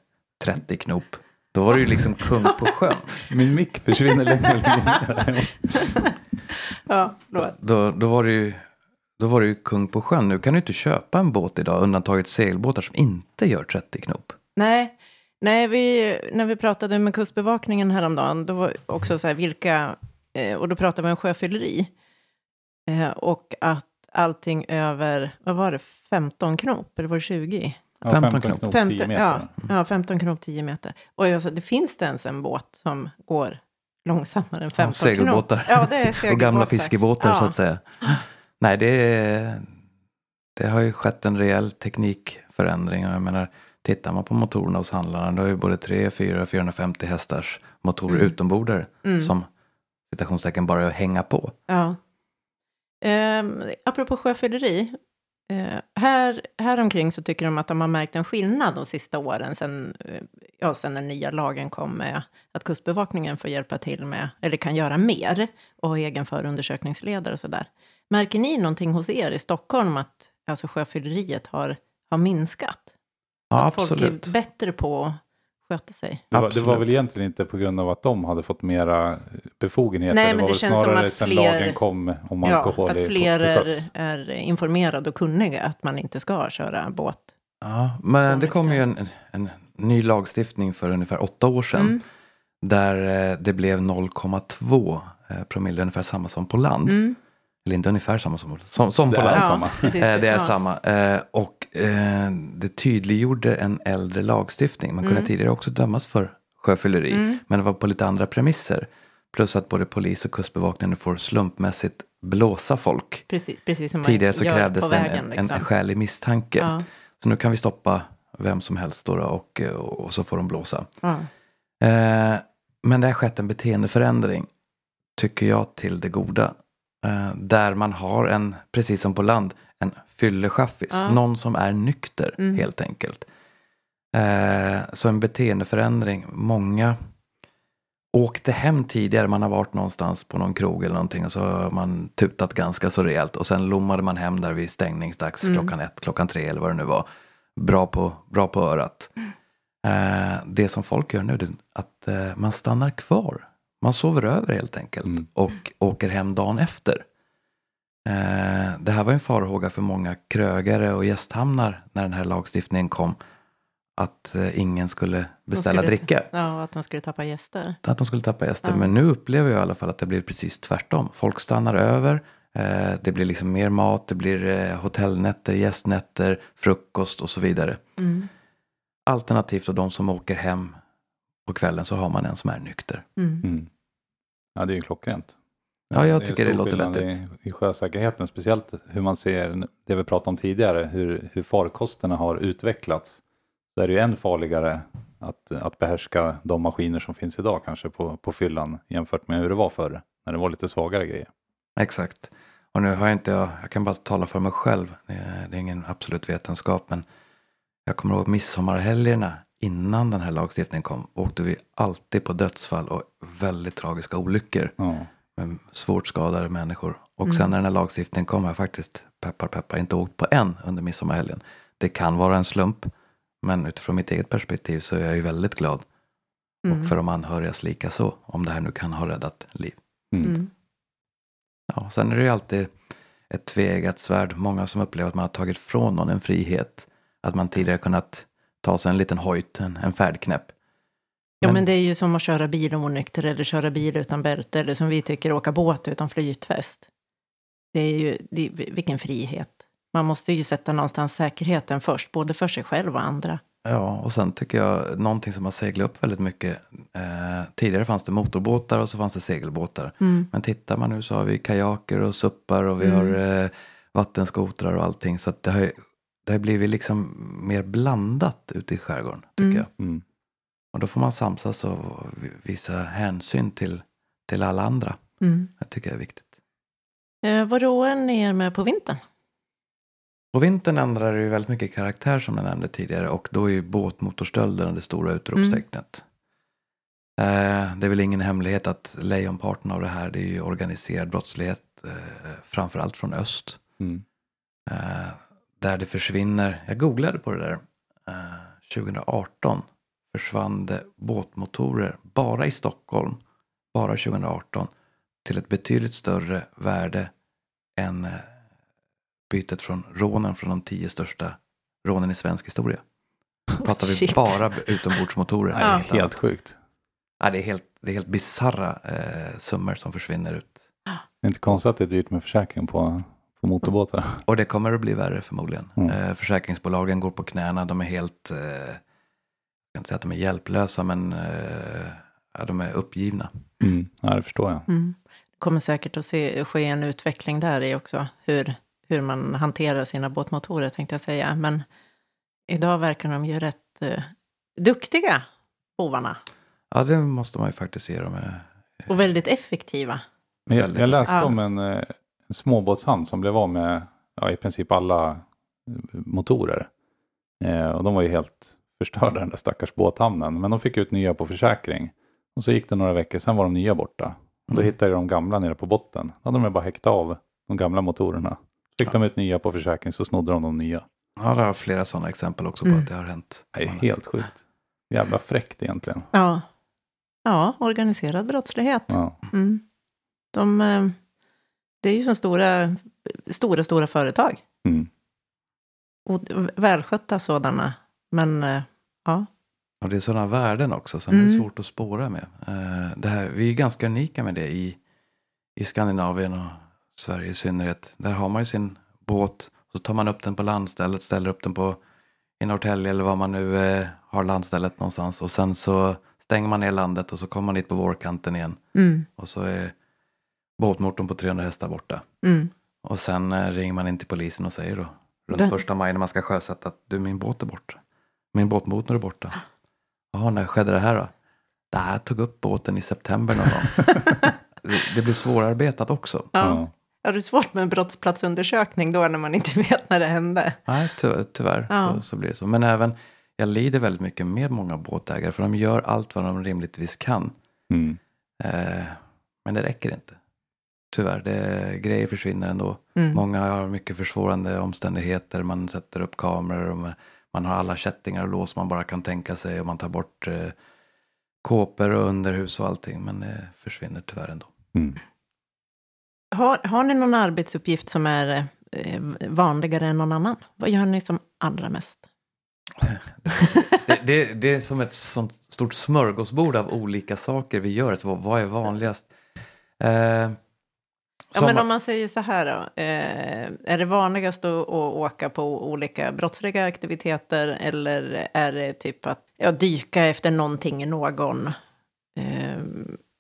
[SPEAKER 4] 30 knop. Då var du ju liksom kung på sjön.
[SPEAKER 1] Min mick försvinner längre och längre. ner.
[SPEAKER 2] Ja, förlåt.
[SPEAKER 4] Då, då, var du, ju- då var du ju kung på sjön. Nu kan du inte köpa en båt idag, undantaget segelbåtar som inte gör 30 knop.
[SPEAKER 2] Nej, Nej vi, när vi pratade med Kustbevakningen häromdagen, då var också så här vilka, eh, och då pratade vi om sjöfylleri. Eh, och att allting över, vad var det, 15 knop, eller var det 20?
[SPEAKER 1] Ja,
[SPEAKER 4] 15
[SPEAKER 1] knop, 10
[SPEAKER 2] 15,
[SPEAKER 1] meter.
[SPEAKER 2] ja, ja, 15 knop, 10 meter. Och jag sa, det finns det ens en båt som går långsammare än 15 knop?
[SPEAKER 4] segelbåtar.
[SPEAKER 2] Ja, det är segelbåtar.
[SPEAKER 4] Och gamla fiskebåtar
[SPEAKER 2] ja.
[SPEAKER 4] så att säga. Nej, det, är- det har ju skett en rejäl teknikförändring. Och Jag menar, tittar man på motorerna hos handlarna, då har ju både 3, 4, 450 hästars motorer
[SPEAKER 2] Mm.
[SPEAKER 4] utombordare som citationstecken bara är att hänga på.
[SPEAKER 2] Ja. Um, apropå sjöfylleri. eh, här, här omkring så tycker de att de har märkt en skillnad de sista åren sen, eh, ja, sen den nya lagen kom med att Kustbevakningen får hjälpa till med, eller kan göra mer och ha egen förundersökningsledare och sådär. Märker ni någonting hos er i Stockholm att alltså, sjöfylleriet har, har minskat?
[SPEAKER 4] Ja,
[SPEAKER 2] Folk
[SPEAKER 4] absolut.
[SPEAKER 2] är bättre på att sköta sig.
[SPEAKER 1] Det var, det var
[SPEAKER 4] Absolut.
[SPEAKER 1] väl egentligen inte på grund av att de hade fått mera befogenheter.
[SPEAKER 2] Nej, men
[SPEAKER 1] var
[SPEAKER 2] det
[SPEAKER 1] väl
[SPEAKER 2] känns som
[SPEAKER 1] snarare
[SPEAKER 2] att
[SPEAKER 1] sen
[SPEAKER 2] fler-
[SPEAKER 1] lagen kom om alkohol
[SPEAKER 2] att
[SPEAKER 1] i- på-
[SPEAKER 2] fler
[SPEAKER 1] till
[SPEAKER 2] är,
[SPEAKER 1] sjöss.
[SPEAKER 2] är informerade och kunniga att man inte ska köra båt.
[SPEAKER 4] Ja, men det kom ju en, en, en ny lagstiftning för ungefär åtta år sedan.
[SPEAKER 2] Mm.
[SPEAKER 4] Där eh, det blev 0,2 eh, promille, ungefär samma som på land.
[SPEAKER 2] Mm,
[SPEAKER 4] Eller inte ungefär samma som, på- som, som på
[SPEAKER 1] Det är
[SPEAKER 4] land.
[SPEAKER 1] Ja, samma.
[SPEAKER 2] precis.
[SPEAKER 4] Eh, Det är
[SPEAKER 2] Ja.
[SPEAKER 4] samma. Eh, Och eh, det tydliggjorde en äldre lagstiftning. Man
[SPEAKER 2] Mm.
[SPEAKER 4] kunde tidigare också dömas för sjöfylleri. Men det var på lite andra premisser. Plus att både polis och kustbevakningen nu får slumpmässigt blåsa folk.
[SPEAKER 2] Precis, precis som man
[SPEAKER 4] Tidigare så
[SPEAKER 2] gör
[SPEAKER 4] krävdes
[SPEAKER 2] på
[SPEAKER 4] det en,
[SPEAKER 2] vägen.
[SPEAKER 4] en, en
[SPEAKER 2] liksom.
[SPEAKER 4] skälig misstanke.
[SPEAKER 2] Ja.
[SPEAKER 4] Så nu kan vi stoppa vem som helst då, då och, och så får de blåsa.
[SPEAKER 2] ja.
[SPEAKER 4] Eh, men det har skett en beteendeförändring, tycker jag, till det goda. Eh, där man har en, precis som på land, en fyllechaffis.
[SPEAKER 2] Ja.
[SPEAKER 4] Någon som är nykter,
[SPEAKER 2] Mm.
[SPEAKER 4] helt enkelt. Eh, så en beteendeförändring. Många åkte hem tidigare. Man har varit någonstans på någon krog eller någonting och så har man tutat ganska så rejält. Och sen lommade man hem där vid stängningsdags,
[SPEAKER 2] Mm.
[SPEAKER 4] klockan ett, klockan tre eller vad det nu var. Bra på, bra på örat. Eh, det som folk gör nu det är att eh, man stannar kvar. Man sover över helt enkelt
[SPEAKER 1] Mm.
[SPEAKER 4] och åker hem dagen efter. Eh, det här var ju en farhåga för många krögare och gästhamnar när den här lagstiftningen kom. Att eh, ingen skulle beställa
[SPEAKER 2] skulle-
[SPEAKER 4] dricka.
[SPEAKER 2] ja, och att de skulle tappa gäster.
[SPEAKER 4] Att de skulle tappa gäster.
[SPEAKER 2] Ja.
[SPEAKER 4] Men nu upplever jag i alla fall att det blir precis tvärtom. Folk stannar över, Eh, Det blir liksom mer mat, det blir eh, hotellnätter, gästnätter, frukost och så vidare.
[SPEAKER 2] Mm.
[SPEAKER 4] Alternativt då de som åker hem på kvällen så har man en som är nykter.
[SPEAKER 2] Mm.
[SPEAKER 1] Mm. Ja, det är ju klockrent.
[SPEAKER 4] Ja, jag
[SPEAKER 1] är
[SPEAKER 4] tycker det
[SPEAKER 1] stor
[SPEAKER 4] låter
[SPEAKER 1] skillnad
[SPEAKER 4] vettigt.
[SPEAKER 1] I, I sjösäkerheten, speciellt hur man ser det vi pratade om tidigare, hur, hur farkosterna har utvecklats. Så är det ju än farligare att, att behärska de maskiner som finns idag kanske på, på fyllan jämfört med hur det var förr, när det var lite svagare grejer.
[SPEAKER 4] Exakt. Och nu har jag inte, jag, jag kan bara tala för mig själv. Det är, det är ingen absolut vetenskap, men jag kommer ihåg midsommarhelgerna innan den här lagstiftningen kom. Åkte vi alltid på dödsfall och väldigt tragiska olyckor
[SPEAKER 1] Ja. Mm.
[SPEAKER 4] med svårt skadade människor. Och sen när den här lagstiftningen kom har jag faktiskt, peppar peppar, inte åkt på en under midsommarhelgen. Det kan vara en slump, men utifrån mitt eget perspektiv så är jag ju väldigt glad.
[SPEAKER 2] mm,
[SPEAKER 4] Och för de anhörigas lika så, om det här nu kan ha räddat liv.
[SPEAKER 1] Mm.
[SPEAKER 2] Mm.
[SPEAKER 4] Ja, sen är det ju alltid ett tveeggat svärd. Många som upplever att man har tagit från någon en frihet. Att man tidigare kunnat ta sig en liten hojt, en, en färdknäpp.
[SPEAKER 2] Ja,
[SPEAKER 4] Men-
[SPEAKER 2] men det är ju som att köra bil om onykter eller köra bil utan bälte eller som vi tycker åka båt utan flytväst. Det är ju, det, vilken frihet. Man måste ju sätta någonstans säkerheten först, både för sig själv och andra.
[SPEAKER 4] Ja, och sen tycker jag någonting som har seglat upp väldigt mycket. Eh, tidigare fanns det motorbåtar och så fanns det segelbåtar. Men tittar man nu så har vi kajaker och suppar och vi har eh, vattenskotrar och allting. Så att det har ju det har blivit liksom mer blandat ute i skärgården, tycker jag.
[SPEAKER 1] Mm.
[SPEAKER 4] Och då får man samsas och visa hänsyn till, till alla andra. Det tycker jag är viktigt.
[SPEAKER 2] Mm. Eh, vad roar ni er med på vintern?
[SPEAKER 4] På vintern ändrar det ju väldigt mycket karaktär som jag nämnde tidigare och då är ju båtmotorstölden det stora utropstecknet. Eh, Det är väl ingen hemlighet att lejonparten av det här det är ju organiserad brottslighet eh, framförallt från öst.
[SPEAKER 1] Mm.
[SPEAKER 4] eh, där det försvinner, jag googlade på det där, eh, 2018 försvann det båtmotorer bara i Stockholm, bara 2018, till ett betydligt större värde än eh, bytet från rånen från de tio största rånen i svensk historia. Pratar vi
[SPEAKER 2] shit.
[SPEAKER 4] bara b- utombordsmotorer.
[SPEAKER 1] Nej, det är
[SPEAKER 4] Det är helt
[SPEAKER 1] helt
[SPEAKER 4] annat.
[SPEAKER 1] sjukt.
[SPEAKER 4] Ja, det är helt, det är helt bisarra eh, summor som försvinner ut.
[SPEAKER 1] Det är inte konstigt att det är dyrt med försäkring på, på motorbåtar.
[SPEAKER 4] Och det kommer att bli värre förmodligen.
[SPEAKER 1] Mm.
[SPEAKER 4] Eh, försäkringsbolagen går på knäna, de är helt, eh, jag kan inte säga att de är hjälplösa, men eh, ja, de är uppgivna.
[SPEAKER 1] Mm. Ja, det förstår jag.
[SPEAKER 2] Mm. Det kommer säkert att se, ske en utveckling där i också, hur, hur man hanterar sina båtmotorer tänkte jag säga. Men idag verkar de ju rätt eh, duktiga, bovarna,
[SPEAKER 4] Ja, det måste man ju faktiskt ge dem. eh.
[SPEAKER 2] och väldigt effektiva.
[SPEAKER 1] Men jag,
[SPEAKER 4] Väldigt
[SPEAKER 1] jag läste
[SPEAKER 2] effektivt.
[SPEAKER 1] om en, eh, en småbåtshamn som blev av med ja, i princip alla eh, motorer. Eh, och de var ju helt förstörda den där stackars båthamnen. Men de fick ut nya på försäkring. Och så gick det några veckor, sen var de nya borta. Och då
[SPEAKER 4] Mm.
[SPEAKER 1] hittade jag de gamla nere på botten. Då hade de ju bara häckt av de gamla motorerna. Fick de ut nya på försäkring så snodde de de nya.
[SPEAKER 4] Mm. Ja, det har jag flera sådana exempel också på
[SPEAKER 2] Mm.
[SPEAKER 4] att det har hänt.
[SPEAKER 1] Det är helt sjukt. Jävla fräckt egentligen.
[SPEAKER 2] Ja, ja organiserad brottslighet.
[SPEAKER 1] Ja.
[SPEAKER 2] Mm. De, eh, det är ju som stora, stora, stora företag.
[SPEAKER 1] Mm.
[SPEAKER 2] Och välskötta sådana. Men eh, ja,
[SPEAKER 4] Och det är sådana värden också, sen är det
[SPEAKER 2] Mm.
[SPEAKER 4] svårt att spåra med. Eh, Det här, vi är ganska unika med det i, i Skandinavien och Sverige i synnerhet. Där har man ju sin båt, så tar man upp den på landstället, ställer upp den på i Norrtälje eller var man nu eh, har landstället någonstans. Och sen så stänger man ner landet och så kommer man dit på vårkanten igen.
[SPEAKER 2] mm,
[SPEAKER 4] Och så är båtmotorn på 300 hästar borta.
[SPEAKER 2] mm,
[SPEAKER 4] Och sen eh, ringer man in till polisen och säger då, runt
[SPEAKER 2] Den-
[SPEAKER 4] första maj när man ska sjösätta, att du min båt är borta. Min båtmotor är borta. Jaha, när skedde det här då? Det här tog upp båten i september någon gång. det, det blir svårarbetat också.
[SPEAKER 2] ja.
[SPEAKER 1] Ja.
[SPEAKER 2] Ja, det är svårt med en brottsplatsundersökning då när man inte vet när det hände.
[SPEAKER 4] Nej, ty tyvärr
[SPEAKER 2] Ja.
[SPEAKER 4] så, så blir det så. Men även, jag lider väldigt mycket med många båtägare, för de gör allt vad de rimligtvis kan.
[SPEAKER 1] Mm.
[SPEAKER 4] Eh, men det räcker inte. Tyvärr, det, grejer försvinner ändå.
[SPEAKER 2] Mm.
[SPEAKER 4] Många har mycket försvårande omständigheter. Man sätter upp kameror och man, man har alla kättingar och lås man bara kan tänka sig. Och man tar bort eh, kåpor och underhus och allting. Men det försvinner tyvärr ändå.
[SPEAKER 1] Mm.
[SPEAKER 2] Har, har ni någon arbetsuppgift som är eh, vanligare än någon annan? Vad gör ni som allra mest?
[SPEAKER 4] Det, det, det är som ett sånt stort Alltså, smörgåsbord av olika saker vi gör. Så vad, vad är vanligast? Eh,
[SPEAKER 2] Ja, men om man säger så här då. Eh, är det vanligast att, att åka på olika brottsliga aktiviteter eller är det typ att ja, dyka efter någonting i någon? Eh,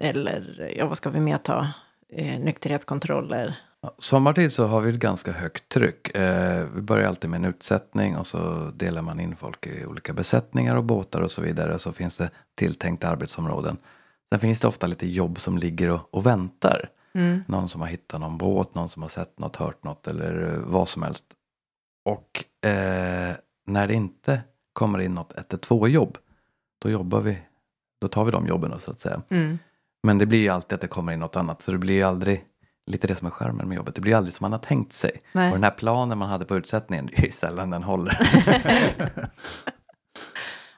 [SPEAKER 2] eller ja, vad ska vi mer ta? Eh, nykterhetskontroller.
[SPEAKER 4] Ja, Sommartid så har vi ett ganska högt tryck. Eh, vi börjar alltid med en utsättning och så delar man in folk i olika besättningar och båtar och så vidare. Så finns det tilltänkta arbetsområden. Sen finns det ofta lite jobb som ligger och, och väntar.
[SPEAKER 2] Mm.
[SPEAKER 4] Någon som har hittat någon båt, någon som har sett något, hört något eller eh, vad som helst. Och eh, när det inte kommer in något 112-jobb, då jobbar vi, då tar vi de jobben då, så att säga.
[SPEAKER 2] Mm.
[SPEAKER 4] Men det blir ju alltid att det kommer in något annat, så det blir ju aldrig lite det som är skärmen med jobbet. Det blir ju aldrig som man har tänkt sig.
[SPEAKER 2] Nej.
[SPEAKER 4] Och den här planen man hade på utsättningen, det är ju sällan den håller.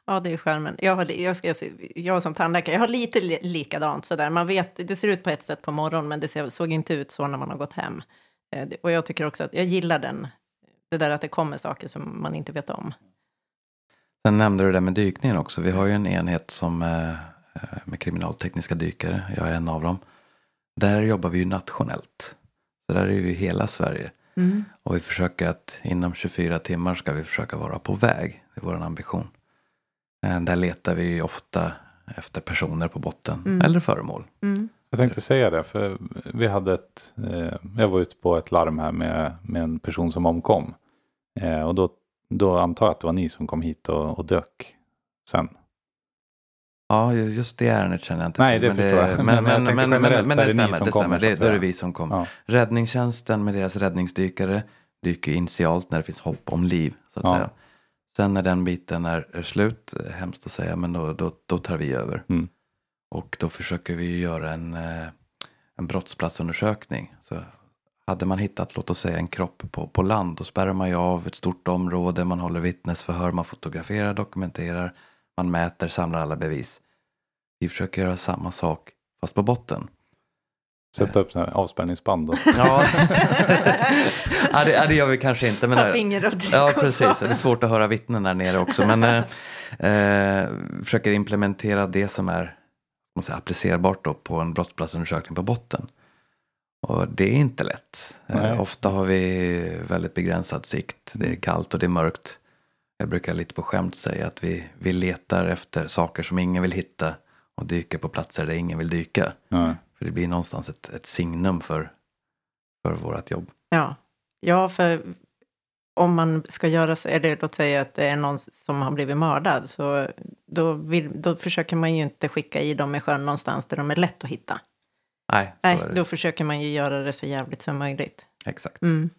[SPEAKER 2] Ja, det är skärmen. Jag, har, li- jag, ska, jag som tandläkare, jag har lite li, likadant sådär. Man vet, det ser ut på ett sätt på morgonen, men det ser, såg inte ut så när man har gått hem. Eh, det- Och jag tycker också att jag gillar den, det där att det kommer saker som man inte vet om.
[SPEAKER 4] Sen nämnde du det där med dykningen också. Vi har ju en enhet som eh, eh, med kriminaltekniska dykare, jag är en av dem. Där jobbar vi ju nationellt. Så där är ju hela Sverige. Och vi försöker att inom 24 timmar ska vi försöka vara på väg. Det är vår ambition. Eh, Där letar vi ju ofta efter personer på botten eller föremål.
[SPEAKER 2] Mm.
[SPEAKER 5] Jag tänkte säga det, för vi hade ett, eh, jag var ute på ett larm här med, med en person som omkom. Eh, och då, då antar jag att det var ni som kom hit och, och dök sen.
[SPEAKER 4] Ja, ju- just det ärendet känner jag inte
[SPEAKER 5] Nej,
[SPEAKER 4] till.
[SPEAKER 5] det
[SPEAKER 4] men
[SPEAKER 5] förstår jag.
[SPEAKER 4] Men,
[SPEAKER 5] Men jag
[SPEAKER 4] men, men,
[SPEAKER 5] tänkte
[SPEAKER 4] men, men,
[SPEAKER 5] generellt
[SPEAKER 4] men
[SPEAKER 5] så är det ni
[SPEAKER 4] det stämmer,
[SPEAKER 5] som
[SPEAKER 4] det
[SPEAKER 5] kommer, så
[SPEAKER 4] stämmer.
[SPEAKER 5] att
[SPEAKER 4] Det, då är det
[SPEAKER 5] säga.
[SPEAKER 4] vi som kom.
[SPEAKER 5] Ja.
[SPEAKER 4] Räddningstjänsten med deras räddningsdykare dyker initialt när det finns hopp om liv. Så att
[SPEAKER 5] Ja.
[SPEAKER 4] säga. Sen när den biten är, är slut, eh, hemskt att säga, men då, då, då tar vi över.
[SPEAKER 5] Mm.
[SPEAKER 4] Och då försöker vi ju göra en, eh, en brottsplatsundersökning. Så hade man hittat, låt oss säga, en kropp på, på land, då spärrar man ju av ett stort område, man håller vittnesförhör, man fotograferar, dokumenterar, man mäter, samlar alla bevis. Vi försöker göra samma sak, fast på botten.
[SPEAKER 5] Sätta upp såna här avspärrningsband. Och,
[SPEAKER 4] Ja, ja, det, ja det gör vi kanske inte. Men
[SPEAKER 2] Ta fingeravtryck
[SPEAKER 4] Ja,
[SPEAKER 2] och
[SPEAKER 4] precis.
[SPEAKER 2] så.
[SPEAKER 4] Det är svårt att höra vittnen där nere också. Men eh, eh, försöker implementera det som är man säga, applicerbart då, på en brottsplatsundersökning på botten. Och det är inte lätt.
[SPEAKER 5] Nej.
[SPEAKER 4] Eh, ofta har vi väldigt begränsad sikt. Det är kallt och det är mörkt. Jag brukar lite på skämt säga att vi, vi letar efter saker som ingen vill hitta och dyker på platser där ingen vill dyka.
[SPEAKER 5] ja.
[SPEAKER 4] För det blir någonstans ett, ett signum för, för vårt jobb.
[SPEAKER 2] Ja. ja, för om man ska göra, så- eller låt säga att det är någon som har blivit mördad, så då, vill, då försöker man ju inte skicka i dem i sjön någonstans där de är lätt att hitta.
[SPEAKER 4] Nej, så
[SPEAKER 2] Nej,
[SPEAKER 4] är det.
[SPEAKER 2] då försöker man ju göra det så jävligt som möjligt.
[SPEAKER 4] Exakt.
[SPEAKER 2] Mm.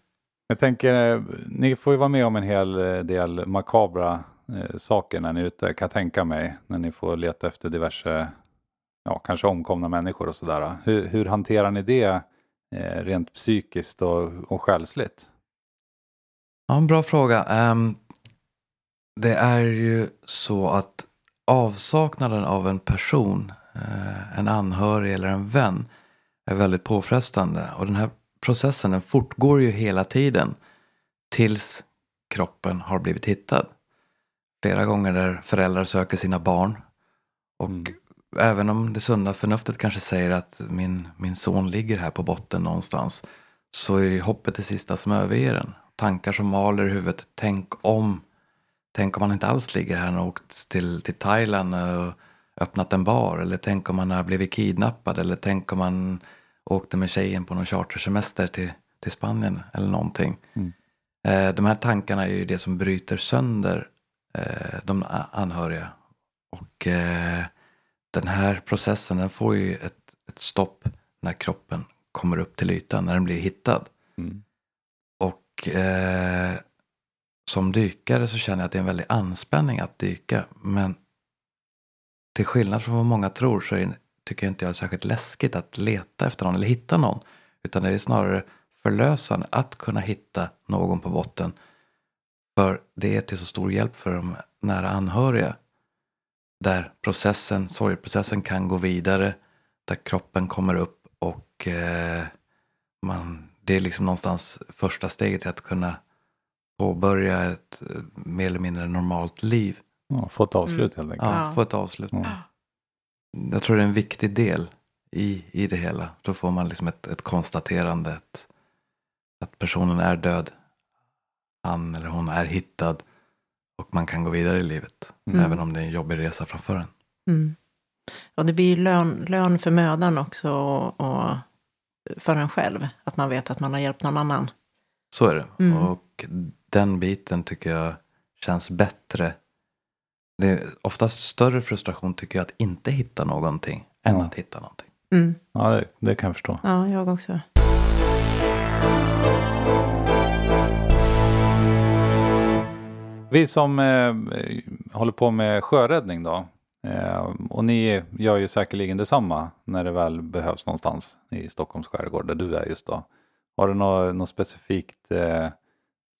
[SPEAKER 5] Jag tänker, eh, ni får ju vara med om en hel eh, del makabra eh, saker när ni är ute, kan jag tänka mig. När ni får leta efter diverse, ja kanske omkomna människor och sådär. Hur, hur hanterar ni det eh, rent psykiskt och, och själsligt?
[SPEAKER 4] Ja, en bra fråga. Ehm, det är ju så att avsaknaden av en person, eh, en anhörig eller en vän, är väldigt påfrestande. Och den här processen den fortgår ju hela tiden tills kroppen har blivit hittad. Flera gånger där föräldrar söker sina barn. Och
[SPEAKER 5] Mm.
[SPEAKER 4] även om det sunda förnuftet kanske säger att min, min son ligger här på botten någonstans, så är ju hoppet det sista som överger en. Tankar som maler i huvudet. Tänk om. Tänk om han inte alls ligger här och åkt till, till Thailand och öppnat en bar. Eller tänk om han har blivit kidnappad. Eller tänk om han åkte med tjejen på någon chartersemester till, till Spanien. Eller någonting.
[SPEAKER 5] Mm.
[SPEAKER 4] Eh, de här tankarna är ju det som bryter sönder eh, de a- anhöriga. Och eh, den här processen den får ju ett, ett stopp när kroppen kommer upp till ytan. När den blir hittad.
[SPEAKER 5] Mm.
[SPEAKER 4] Och eh, som dykare så känner jag att det är en väldig anspänning att dyka. Men till skillnad från vad många tror så är, tycker jag inte jag är särskilt läskigt att leta efter någon eller hitta någon. Utan det är snarare förlösande att kunna hitta någon på botten. För det är till så stor hjälp för de nära anhöriga. Där processen, sorgprocessen kan gå vidare. Där kroppen kommer upp och eh, man, det är liksom någonstans första steget till att kunna påbörja ett eh, mer eller mindre normalt liv.
[SPEAKER 5] Ja, få ett avslut helt enkelt.
[SPEAKER 4] Ja,
[SPEAKER 2] Ja.
[SPEAKER 4] få ett avslut.
[SPEAKER 5] Ja.
[SPEAKER 4] Jag tror det är en viktig del i, i det hela. Då får man liksom ett, ett konstaterande att, att personen är död. Han eller hon är hittad och man kan gå vidare i livet.
[SPEAKER 2] Mm.
[SPEAKER 4] Även om det är en jobbig resa framför en.
[SPEAKER 2] Mm. Och det blir ju lön, lön för mödan också och, och för en själv. Att man vet att man har hjälpt någon annan.
[SPEAKER 4] Så är det.
[SPEAKER 2] Mm.
[SPEAKER 4] Och den biten tycker jag känns bättre. Det är oftast större frustration tycker jag att inte hitta någonting än
[SPEAKER 1] Ja.
[SPEAKER 4] att hitta någonting.
[SPEAKER 2] Mm.
[SPEAKER 1] Ja, det, det kan jag förstå.
[SPEAKER 2] Ja, jag också.
[SPEAKER 1] Vi som eh, håller på med sjöräddning då, eh, och ni gör ju säkerligen detsamma när det väl behövs någonstans i Stockholms skärgård där du är just då. Har du något, något specifikt eh,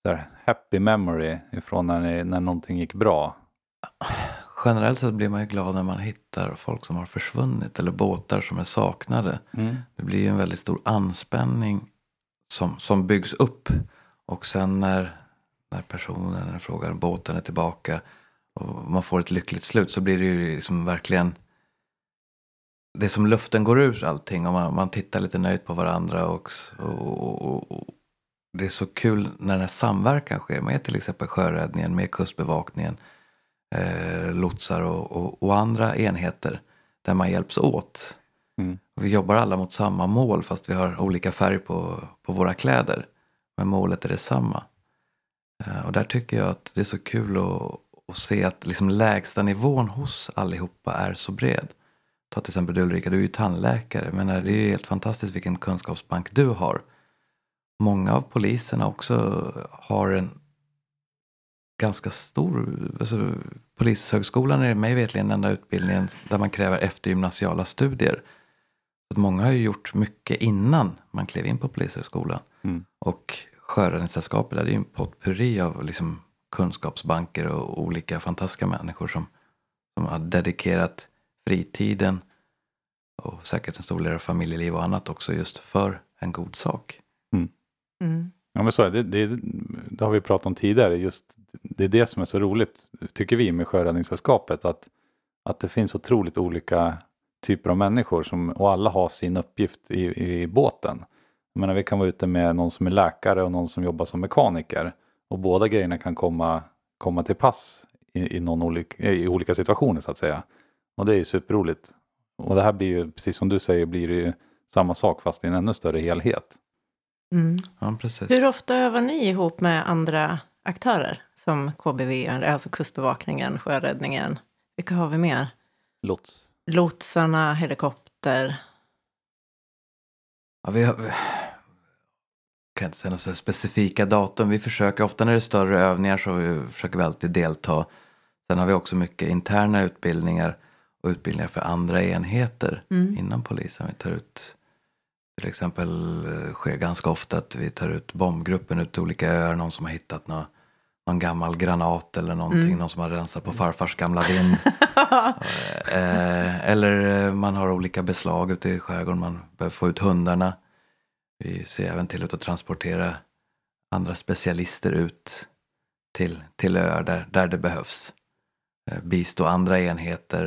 [SPEAKER 1] där happy memory ifrån när, ni, när någonting gick bra?
[SPEAKER 4] Generellt sett blir man ju glad när man hittar folk som har försvunnit eller båtar som är saknade. Det blir ju en väldigt stor anspänning som, som byggs upp. Och sen när, när personen i fråga, båten är tillbaka och man får ett lyckligt slut så blir det ju liksom verkligen det är som luften går ur allting och man, man tittar lite nöjt på varandra och, s- och, och, och det är så kul när den här samverkan sker med till exempel sjöräddningen, med kustbevakningen, eh, lotsar och, och, och andra enheter där man hjälps åt.
[SPEAKER 1] Mm.
[SPEAKER 4] Och vi jobbar alla mot samma mål fast vi har olika färg på, på våra kläder. Men målet är detsamma. Eh, Och där tycker jag att det är så kul att, att se att liksom lägsta nivån hos allihopa är så bred. Ta till exempel du Ulrika, du är ju tandläkare. Men eh, det är ju helt fantastiskt vilken kunskapsbank du har. Många av poliserna också har en ganska stor, alltså polishögskolan är mig vetligen den enda utbildningen där man kräver eftergymnasiala studier. Så att många har ju gjort mycket innan man klev in på Polishögskolan.
[SPEAKER 1] Mm.
[SPEAKER 4] Och Sjöräddningssällskapet där det är ju en potpurri av liksom kunskapsbanker och olika fantastiska människor som, som har dedikerat fritiden och säkert en stor del av familjeliv och annat också just för en god sak.
[SPEAKER 2] Mm.
[SPEAKER 1] Ja, men så är det, det, det har vi pratat om tidigare. Just, det är det som är så roligt, tycker vi, med Sjöräddningssällskapet. Att, att det finns otroligt olika typer av människor som, och alla har sin uppgift i, i båten. Jag menar, vi kan vara ute med någon som är läkare och någon som jobbar som mekaniker. Och båda grejerna kan komma, komma till pass i, i, någon olika, eh, i olika situationer, så att säga. Och det är ju superroligt. Och det här blir ju, precis som du säger, blir det ju samma sak fast i en ännu större helhet.
[SPEAKER 2] Mm.
[SPEAKER 4] Ja, precis.
[SPEAKER 2] Hur ofta övar ni ihop med andra aktörer? Som KBV, alltså Kustbevakningen, Sjöräddningen. Vilka har vi mer?
[SPEAKER 1] Lots.
[SPEAKER 2] Lotsarna, helikopter.
[SPEAKER 4] Ja, vi har, vi kan inte säga några så här specifika datum. Vi försöker, ofta när det är större övningar så vi- försöker vi alltid delta. Sen har vi också mycket interna utbildningar och utbildningar för andra enheter
[SPEAKER 2] Mm.
[SPEAKER 4] inom polisen. Vi tar ut, till exempel eh, sker ganska ofta att vi tar ut bombgruppen ut till olika öar. Någon som har hittat nå någon gammal granat eller någonting. Någon som har rensat på farfars gamla vind. Eh, eller eh, man har olika beslag ute i skärgården. Man behöver få ut hundarna. Vi ser även till att transportera andra specialister ut till, till öar där, där det behövs. Eh, Bistå andra enheter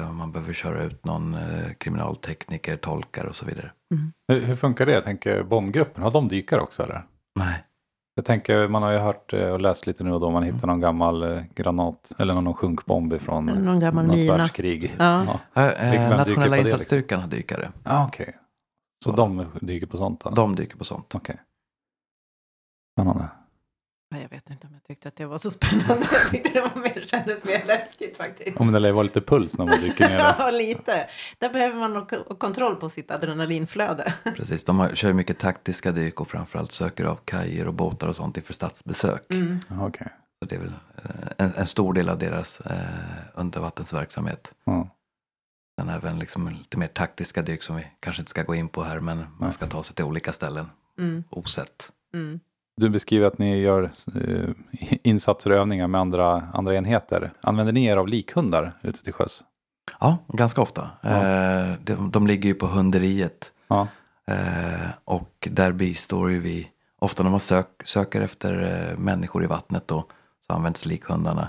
[SPEAKER 4] eh, om man behöver köra ut någon eh, kriminaltekniker, tolkar och så vidare.
[SPEAKER 1] Hur, hur funkar det? Jag tänker bombgruppen, har de dykare också eller?
[SPEAKER 4] Nej,
[SPEAKER 1] Jag tänker, man har ju hört eh, och läst lite nu och då man hittar någon gammal eh, granat eller någon sjunkbomb från
[SPEAKER 2] Eller någon gammal
[SPEAKER 1] något
[SPEAKER 2] mina.
[SPEAKER 1] världskrig.
[SPEAKER 2] Ja.
[SPEAKER 4] Eh,
[SPEAKER 1] dyker
[SPEAKER 4] eh,
[SPEAKER 1] på det,
[SPEAKER 4] Nationella
[SPEAKER 1] liksom?
[SPEAKER 4] insatsstyrkan har dykare.
[SPEAKER 1] Ah, Okej. Så de dyker på sånt? då?
[SPEAKER 4] De dyker på sånt.
[SPEAKER 1] Okej. Spännande.
[SPEAKER 2] Nej, Jag vet inte om jag tyckte att det var så spännande. Jag tyckte det var mer, kändes mer läskigt faktiskt.
[SPEAKER 1] Om det lär vara lite puls när man dyker ner där.
[SPEAKER 2] Ja, lite. Där behöver man nog k- kontroll på sitt adrenalinflöde.
[SPEAKER 4] Precis, de har, kör mycket taktiska dyk och framförallt söker av kajer och båtar och sånt inför statsbesök.
[SPEAKER 2] Mm.
[SPEAKER 1] Ah, Okej.
[SPEAKER 4] Så det är väl eh, en, en stor del av deras eh, undervattensverksamhet.
[SPEAKER 1] Ja.
[SPEAKER 4] Sen även liksom lite mer taktiska dyk som vi kanske inte ska gå in på här, men man ska ta sig till olika ställen
[SPEAKER 2] Mm.
[SPEAKER 4] osett.
[SPEAKER 2] Mm.
[SPEAKER 1] Du beskriver att ni gör eh, insatser och övningar med andra, andra enheter. Använder ni er av likhundar ute till sjöss?
[SPEAKER 4] Ja, ganska ofta. Eh, de, de ligger ju på hunderiet
[SPEAKER 1] Ja.
[SPEAKER 4] eh, och där bistår ju vi, ofta när man sök, söker efter eh, människor i vattnet då, så används likhundarna.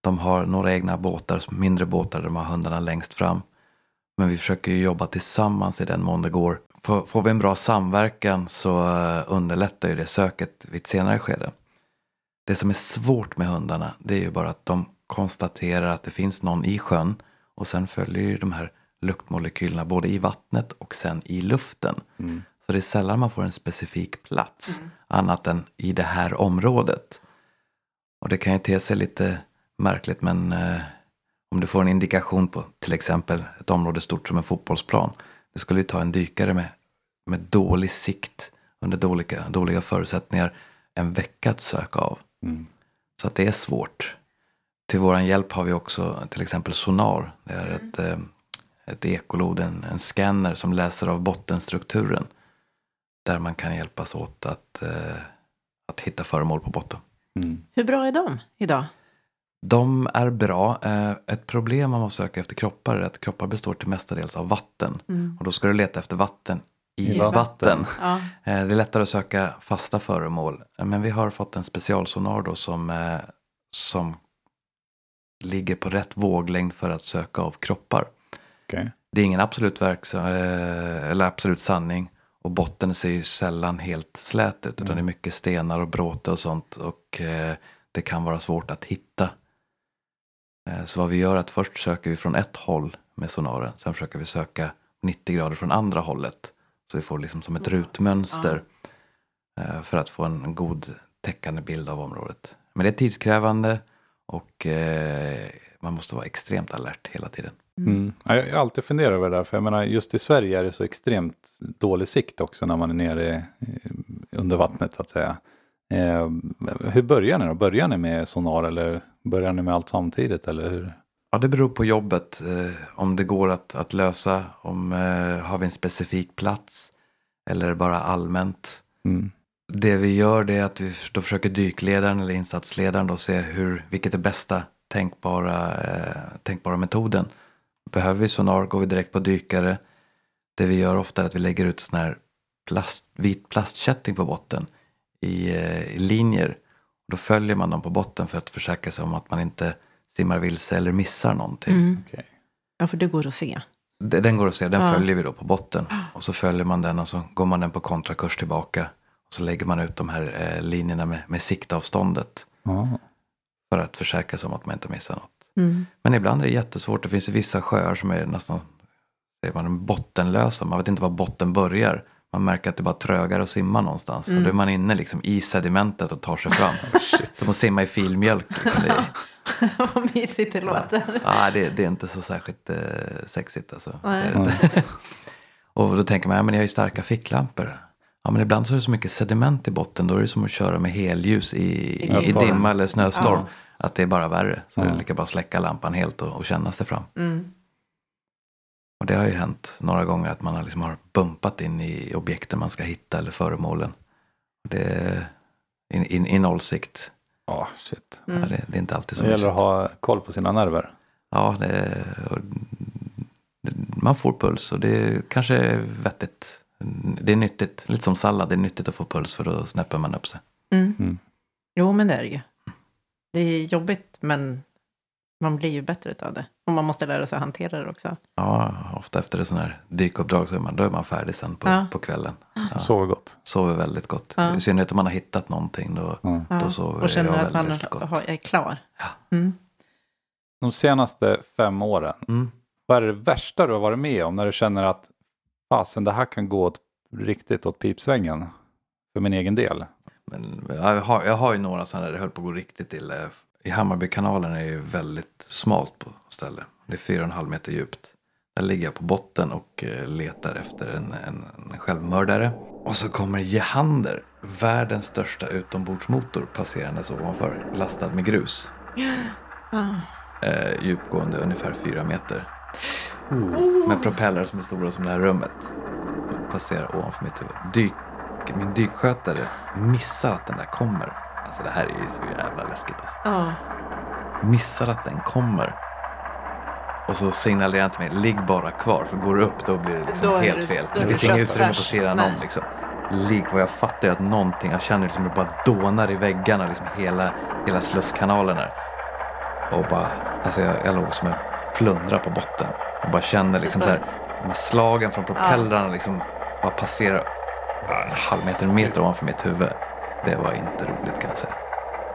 [SPEAKER 4] De har några egna båtar, mindre båtar, där de har hundarna längst fram. Men vi försöker ju jobba tillsammans i den mån det går. Får, får vi en bra samverkan så eh, underlättar ju det söket vid ett senare skede. Det som är svårt med hundarna det är ju bara att de konstaterar att det finns någon i sjön och sen följer ju de här luktmolekylerna både i vattnet och sen i luften.
[SPEAKER 1] Mm.
[SPEAKER 4] Så det är sällan man får en specifik plats annat än i det här området. Och det kan ju te sig lite märkligt men eh, om du får en indikation på till exempel ett område stort som en fotbollsplan. Det skulle ju ta en dykare med, med dålig sikt under dåliga, dåliga förutsättningar en vecka att söka av.
[SPEAKER 5] Mm.
[SPEAKER 4] Så att det är svårt. Till vår hjälp har vi också till exempel Sonar. Det är ett, eh, ett ekolod, en, en scanner som läser av bottenstrukturen. Där man kan hjälpas åt att, eh, att hitta föremål på botten.
[SPEAKER 5] Mm.
[SPEAKER 2] Hur bra är de idag?
[SPEAKER 4] De är bra. Eh, Ett problem om man söker efter kroppar är att kroppar består till mestadels av vatten. Och då ska du leta efter vatten i,
[SPEAKER 5] I
[SPEAKER 4] vatten.
[SPEAKER 5] vatten.
[SPEAKER 2] Mm. Ja.
[SPEAKER 4] Eh, Det är lättare att söka fasta föremål. Eh, Men vi har fått en specialsonar då som, eh, som ligger på rätt våglängd för att söka av kroppar.
[SPEAKER 5] Okej.
[SPEAKER 4] Det är ingen absolut, verksam, eh, eller absolut sanning. Och botten ser ju sällan helt slät ut. Utan det är mycket stenar och bråte och sånt. Och eh, det kan vara svårt att hitta. Eh, Så vad vi gör är att först söker vi från ett håll med sonaren. Sen försöker vi söka 90 grader från andra hållet. Så vi får liksom som ett rutmönster. eh, För att få en god täckande bild av området. Men det är tidskrävande. Och eh, man måste vara extremt alert hela tiden.
[SPEAKER 5] Mm. Ja, Jag har alltid funderat över det där, för jag menar just i Sverige är det så extremt dålig sikt också när man är nere eh, under vattnet så att säga. Eh, hur börjar ni då? Börjar ni med sonar eller börjar ni med allt samtidigt eller hur?
[SPEAKER 4] Ja, det beror på jobbet. Eh, om det går att, att lösa. Om eh, har vi en specifik plats. Eller bara allmänt.
[SPEAKER 5] Mm.
[SPEAKER 4] Det vi gör det är att vi då försöker dykledaren eller insatsledaren då se hur, vilket är bästa tänkbara, eh, tänkbara metoden. Behöver vi sonar går vi direkt på dykare. Det vi gör ofta är att vi lägger ut sån här plast, vit plastkätting på botten i, eh, i linjer. Då följer man dem på botten för att försäkra sig om att man inte simmar vilse eller missar någonting.
[SPEAKER 5] Okej.
[SPEAKER 2] Mm. ja, för det går att se.
[SPEAKER 4] Det- Den går att se, den
[SPEAKER 2] Ja.
[SPEAKER 4] följer vi då på botten. Och så följer man den och så går man den på kontrakurs tillbaka. Och så lägger man ut de här eh, linjerna med, med siktavståndet.
[SPEAKER 5] Ja.
[SPEAKER 4] För att försäkra sig om att man inte missar något.
[SPEAKER 2] Mm.
[SPEAKER 4] Men ibland är det jättesvårt. Det finns ju vissa sjöar som är nästan säger man, bottenlösa. Man vet inte var botten börjar. Man märker att det bara trögar att simma någonstans. Och då är man inne liksom i sedimentet och tar sig fram. Som att simma i filmjölk. Liksom. Det, är-
[SPEAKER 2] Vad mysigt det låter.
[SPEAKER 4] ah, det, det är inte så särskilt eh, sexigt alltså.
[SPEAKER 2] Nej.
[SPEAKER 4] Det är det inte. och då tänker man, ja, men jag har ju starka ficklampor. Ja men ibland så är det så mycket sediment i botten. Då är det som att köra med helljus i, i, i
[SPEAKER 5] Snöstorm.
[SPEAKER 4] dimma eller snöstorm. Att det är bara värre. Så det är lika bra att släcka lampan helt och, och känna sig fram.
[SPEAKER 2] Mm,
[SPEAKER 4] Och det har ju hänt några gånger att man har liksom har bumpat in i objekten man ska hitta eller föremålen. Det är i, i, i nollsikt.
[SPEAKER 5] Ja, shit.
[SPEAKER 4] Ja,
[SPEAKER 2] mm.
[SPEAKER 4] det, det är inte alltid så
[SPEAKER 5] Det gäller
[SPEAKER 4] mysigt.
[SPEAKER 5] att ha koll på sina nerver.
[SPEAKER 4] Ja, det, och, det- man får puls och det är kanske är vettigt. Det är nyttigt, lite som sallad, det är nyttigt att få puls för då snäpper man upp sig.
[SPEAKER 2] Mm.
[SPEAKER 4] Mm.
[SPEAKER 2] Jo, men det är det ju. Det är jobbigt, men man blir ju bättre av det. Och man måste lära sig att hantera det också.
[SPEAKER 4] Ja, ofta efter ett sånt här dykuppdrag så är man, då är man färdig sen på,
[SPEAKER 2] Ja.
[SPEAKER 4] på kvällen. Ja,
[SPEAKER 5] Sover gott.
[SPEAKER 4] sover väldigt gott. I synnerhet om man har hittat någonting då, då sover
[SPEAKER 2] och
[SPEAKER 4] jag
[SPEAKER 2] känner att man
[SPEAKER 4] väldigt gott.
[SPEAKER 2] har- är klar. Mm.
[SPEAKER 5] De senaste fem åren,
[SPEAKER 4] Mm.
[SPEAKER 5] vad är det värsta du har varit med om när du känner att fasen det här kan gå åt, riktigt åt pipsvängen för min egen del?
[SPEAKER 4] Men jag har, jag har ju några sådana där det höll på att gå riktigt illa. I Hammarbykanalen är ju väldigt smalt på ställe. Det är fyra och en halv meter djupt. Där ligger jag på botten och eh, letar efter en, en, en självmördare. Och så kommer Jehander, världens största utombordsmotor, passerandes ovanför, lastad med grus. Eh, djupgående ungefär fyra meter. Med propeller som är stora som det här rummet. Passerar ovanför mitt huvud. Dyk, min dykskötare missar att den där kommer. Alltså det här är ju så jävla läskigt. Alltså.
[SPEAKER 2] Ja.
[SPEAKER 4] Missar att den kommer. Och så signalerar han till mig, ligg bara kvar. För går du upp då blir det liksom
[SPEAKER 2] Då är
[SPEAKER 4] helt
[SPEAKER 2] det-
[SPEAKER 4] fel.
[SPEAKER 2] då är
[SPEAKER 4] Det
[SPEAKER 2] det
[SPEAKER 4] finns inget
[SPEAKER 2] kört
[SPEAKER 4] utrymme på
[SPEAKER 2] tvärs.
[SPEAKER 4] sidan om
[SPEAKER 2] Nej.
[SPEAKER 4] liksom. Ligg kvar. Jag fattar ju att någonting, jag känner liksom hur det bara dånar i väggarna. Liksom hela, hela slusskanalen här. Och bara, alltså jag, jag låg som en flundra på botten. Och bara känner liksom så här, de här slagen från propellrarna liksom bara passerar ja, en halv meter, en meter ovanför mitt huvud. Det var inte roligt kan jag säga.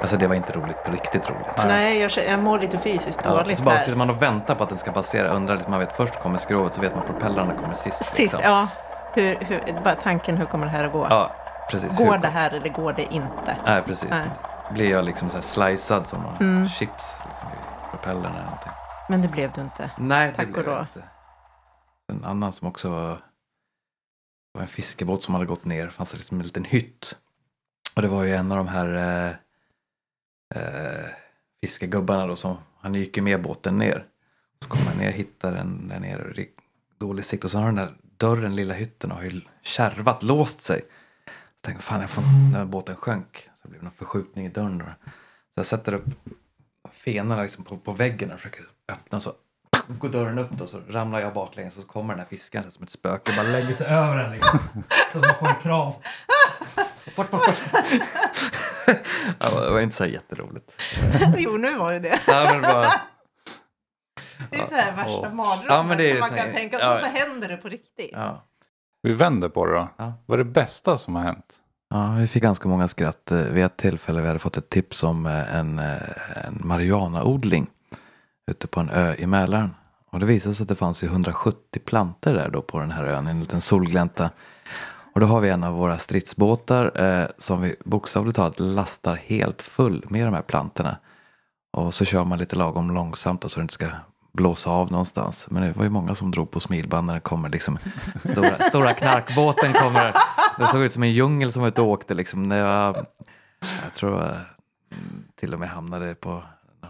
[SPEAKER 4] Alltså det var inte roligt på riktigt roligt.
[SPEAKER 2] Nej, jag, känner- jag mår lite fysiskt
[SPEAKER 4] Ja,
[SPEAKER 2] dåligt
[SPEAKER 4] så bara
[SPEAKER 2] här.
[SPEAKER 4] sitter man och väntar på att den ska passera. Undrar lite, man vet först kommer skrovet så vet man propellrarna kommer sist.
[SPEAKER 2] Sist,
[SPEAKER 4] liksom.
[SPEAKER 2] ja. Hur, hur, bara tanken, hur kommer det här att gå?
[SPEAKER 4] ja, precis.
[SPEAKER 2] Går
[SPEAKER 4] Hur-
[SPEAKER 2] det här eller går det inte?
[SPEAKER 4] Nej, precis.
[SPEAKER 2] Nej. Mm.
[SPEAKER 4] Blir jag liksom så här slicead som några chips liksom, i propellern eller någonting.
[SPEAKER 2] Men det blev du inte.
[SPEAKER 4] Nej, det
[SPEAKER 2] Tack
[SPEAKER 4] blev
[SPEAKER 2] och
[SPEAKER 4] jag
[SPEAKER 2] lov.
[SPEAKER 4] inte. En annan som också var, det var en fiskebåt som hade gått ner. Det fanns liksom en liten hytt. Och det var ju en av de här eh, eh, fiskegubbarna då som, han gick ju med båten ner. Så kommer han ner, hittar den där nere, och det är dålig sikt. Och sen har den där dörren, lilla hytten, har ju kärvat, låst sig. Jag tänkte, fan, jag får, när båten sjönk så blev det någon förskjutning i dörren. Då. Så jag sätter upp fenorna liksom på, på väggen och försöker öppna så går dörren upp då så ramlar jag baklänges och så kommer den här fisken så här som ett spöke bara lägger sig över den liksom. Så man får en kram. Bort, bort, bort. Ja, det var inte så här jätteroligt.
[SPEAKER 2] jo, nu var det det.
[SPEAKER 4] Nej, men bara,
[SPEAKER 2] Det är så här värsta mardrömmen
[SPEAKER 4] Ja, men det är
[SPEAKER 2] som man
[SPEAKER 4] så
[SPEAKER 2] kan
[SPEAKER 4] här-
[SPEAKER 2] tänka
[SPEAKER 4] ja.
[SPEAKER 2] och så händer det på riktigt.
[SPEAKER 4] ja.
[SPEAKER 1] Vi vänder på det då.
[SPEAKER 4] Ja.
[SPEAKER 1] Vad är det bästa som har hänt?
[SPEAKER 4] ja, vi fick ganska många skratt. Eh, Vid ett tillfälle vi hade fått ett tips om eh, en, eh, en marijuanaodling ute på en ö i Mälaren. Och det visade sig att det fanns ju 170 planter där då på den här ön, i en liten solglänta. Och då har vi en av våra stridsbåtar eh, som vi bokstavligt talat lastar helt full med de här plantorna. Och så kör man lite lagom långsamt då, så det inte ska blåsa av någonstans. Men det var ju många som drog på smilband när det kommer liksom stora, stora knarkbåten kommer. Det såg ut som en djungel som var ute och åkte liksom. Det var, jag tror det var till och med hamnade på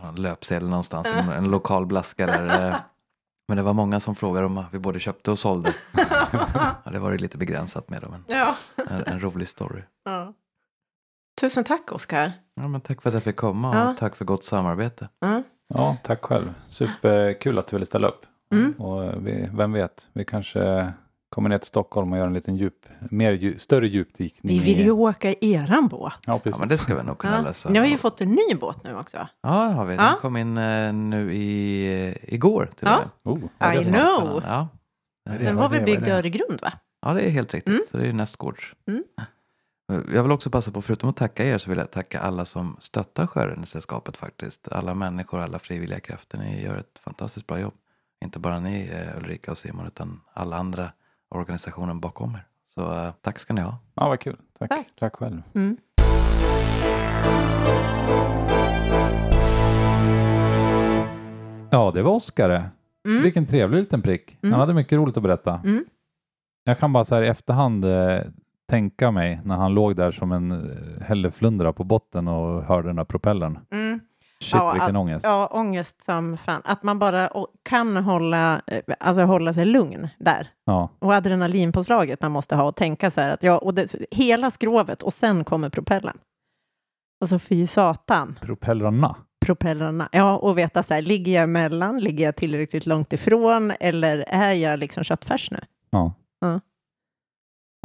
[SPEAKER 4] någon löpsedel någonstans, en, en lokal blaska där. eh, Men det var många som frågade om vi både köpte och sålde. Ja, det var ju lite begränsat med dem,
[SPEAKER 2] Ja.
[SPEAKER 4] men en, en rolig story.
[SPEAKER 2] Ja. Tusen tack, Oskar.
[SPEAKER 4] Ja, men tack för att jag fick komma och
[SPEAKER 2] Ja.
[SPEAKER 4] tack för gott samarbete.
[SPEAKER 1] Ja, tack själv. Superkul att du ville ställa upp.
[SPEAKER 2] Mm.
[SPEAKER 1] Och eh, vi, vem vet, vi kanske kommer ner till Stockholm och gör en liten djup, mer, dju- större djupdykning.
[SPEAKER 2] Vi vill ju
[SPEAKER 1] i-
[SPEAKER 2] åka i eran båt.
[SPEAKER 1] Ja,
[SPEAKER 4] Ja,
[SPEAKER 1] precis.
[SPEAKER 4] men det ska vi nog kunna
[SPEAKER 2] Ja.
[SPEAKER 4] lösa.
[SPEAKER 2] Ni har ju fått en ny båt nu också.
[SPEAKER 4] Ja, det har vi. Den
[SPEAKER 2] Ja.
[SPEAKER 4] kom in eh, nu i, eh, igår till
[SPEAKER 2] Ja.
[SPEAKER 4] och med.
[SPEAKER 1] Oh,
[SPEAKER 4] Ja, det
[SPEAKER 2] I
[SPEAKER 4] var spännande.
[SPEAKER 2] know.
[SPEAKER 4] Ja.
[SPEAKER 2] Den var väl byggd i Öregrund, va?
[SPEAKER 4] Ja, det är helt riktigt. Så det är ju nästgårds. Eh,
[SPEAKER 2] Mm.
[SPEAKER 4] Jag vill också passa på, förutom att tacka er, så vill jag tacka alla som stöttar Sjöräddningssällskapet faktiskt. Alla människor, alla frivilliga krafter. Ni gör ett fantastiskt bra jobb. Inte bara ni, eh, Ulrika och Simon, utan alla andra organisationen bakom er. Så eh, tack ska ni ha.
[SPEAKER 1] ja vad kul. Tack,
[SPEAKER 2] Tack.
[SPEAKER 1] tack. själv.
[SPEAKER 2] Mm.
[SPEAKER 1] Ja, det var Oskar det.
[SPEAKER 2] Mm.
[SPEAKER 1] Vilken trevlig liten prick.
[SPEAKER 2] Mm.
[SPEAKER 1] Han hade mycket roligt att berätta.
[SPEAKER 2] Mm.
[SPEAKER 1] Jag kan bara så här i efterhand eh, tänka mig när han låg där som en eh, hälleflundra på botten och hörde den där propellern.
[SPEAKER 2] Mm.
[SPEAKER 1] Shit,
[SPEAKER 2] Ja,
[SPEAKER 1] vilken
[SPEAKER 2] att-
[SPEAKER 1] ångest.
[SPEAKER 2] Ja, ångest som fan. Att man bara å- kan hålla, eh, alltså hålla sig lugn där.
[SPEAKER 1] Ja.
[SPEAKER 2] Och adrenalinpåslaget man måste ha och tänka så här att ja, och det, hela skrovet och sen kommer propellern. Alltså fy satan,
[SPEAKER 1] Propellrarna.
[SPEAKER 2] propellrarna. Ja, och veta så här, ligger jag emellan, ligger jag tillräckligt långt ifrån eller är jag liksom köttfärs nu?
[SPEAKER 1] Ja,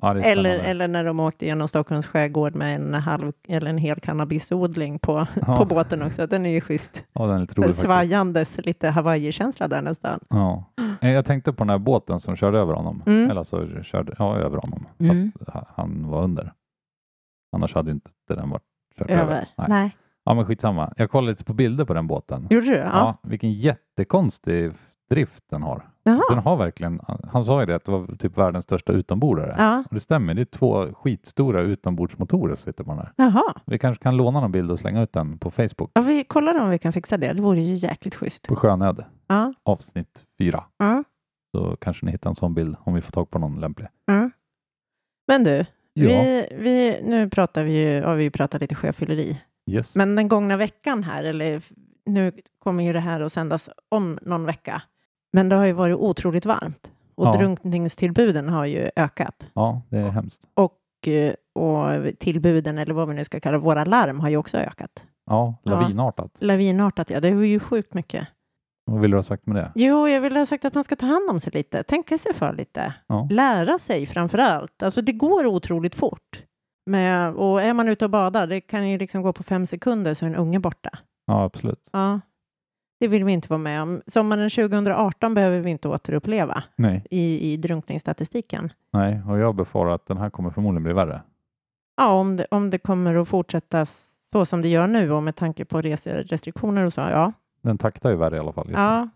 [SPEAKER 1] det är
[SPEAKER 2] Eller,
[SPEAKER 1] spännande.
[SPEAKER 2] eller när de åkte genom Stockholms skärgård med en halv eller en hel cannabisodling på,
[SPEAKER 1] Ja.
[SPEAKER 2] på båten också. Den är ju schysst.
[SPEAKER 1] ja, den är lite rolig faktiskt.
[SPEAKER 2] Svajandes, lite Hawaii-känsla där nästan.
[SPEAKER 1] Ja. Eh, Jag tänkte på den här båten som körde över honom.
[SPEAKER 2] Mm.
[SPEAKER 1] Eller så körde, ja, över honom.
[SPEAKER 2] Mm.
[SPEAKER 1] Fast ha- han var under. Annars hade ju inte den varit kört över.
[SPEAKER 2] Över. Nej.
[SPEAKER 1] Nej. Ja, men skitsamma. Jag kollade lite på bilder på den båten.
[SPEAKER 2] Gjorde du?
[SPEAKER 1] Ja,
[SPEAKER 2] Ja.
[SPEAKER 1] vilken jättekonstig drift den har.
[SPEAKER 2] Jaha.
[SPEAKER 1] Den har verkligen, han sa ju det, att det var typ världens största utombordare.
[SPEAKER 2] Ja.
[SPEAKER 1] Och det stämmer, det är två skitstora utombordsmotorer som sitter på den här.
[SPEAKER 2] Jaha.
[SPEAKER 1] Vi kanske kan låna någon bild och slänga ut den på Facebook,
[SPEAKER 2] Ja, vi kollar om vi kan fixa det. Det vore ju jäkligt schysst.
[SPEAKER 1] på Sjönöd,
[SPEAKER 2] Ja.
[SPEAKER 1] avsnitt fyra.
[SPEAKER 2] Ja.
[SPEAKER 1] Så kanske ni hittar en sån bild om vi får tag på någon lämplig.
[SPEAKER 2] Ja. Men du,
[SPEAKER 1] Ja,
[SPEAKER 2] vi, vi, nu pratar vi ju, har vi ju pratat lite sjöfylleri.
[SPEAKER 1] yes.
[SPEAKER 2] Men den gångna veckan här, eller f- nu kommer ju det här att sändas om någon vecka. Men det har ju varit otroligt varmt och
[SPEAKER 1] Ja.
[SPEAKER 2] drunkningstillbuden har ju ökat.
[SPEAKER 1] ja, det är hemskt.
[SPEAKER 2] Och, eh, och tillbuden, eller vad vi nu ska kalla våra larm, har ju också ökat.
[SPEAKER 1] Ja,
[SPEAKER 2] Ja.
[SPEAKER 1] lavinartat.
[SPEAKER 2] Lavinartat, ja. Det är ju sjukt mycket.
[SPEAKER 1] Vad vill du ha sagt med det?
[SPEAKER 2] Jo, jag ville ha sagt att man ska ta hand om sig lite, tänka sig för lite,
[SPEAKER 1] Ja.
[SPEAKER 2] lära sig framför allt. Alltså det går otroligt fort. Med, och är man ute och badar, det kan ju liksom gå på fem sekunder så är en unge borta.
[SPEAKER 1] Ja, absolut.
[SPEAKER 2] Ja. Det vill vi inte vara med om. Sommaren 2018 behöver vi inte återuppleva
[SPEAKER 1] Nej.
[SPEAKER 2] i, i drunkningsstatistiken.
[SPEAKER 1] Nej, och jag befarar att den här kommer förmodligen bli värre.
[SPEAKER 2] Ja, om det, om det kommer att fortsätta så som det gör nu och med tanke på reserestriktioner och så, ja.
[SPEAKER 1] Den taktar ju värre i alla fall. Just nu.
[SPEAKER 2] ja.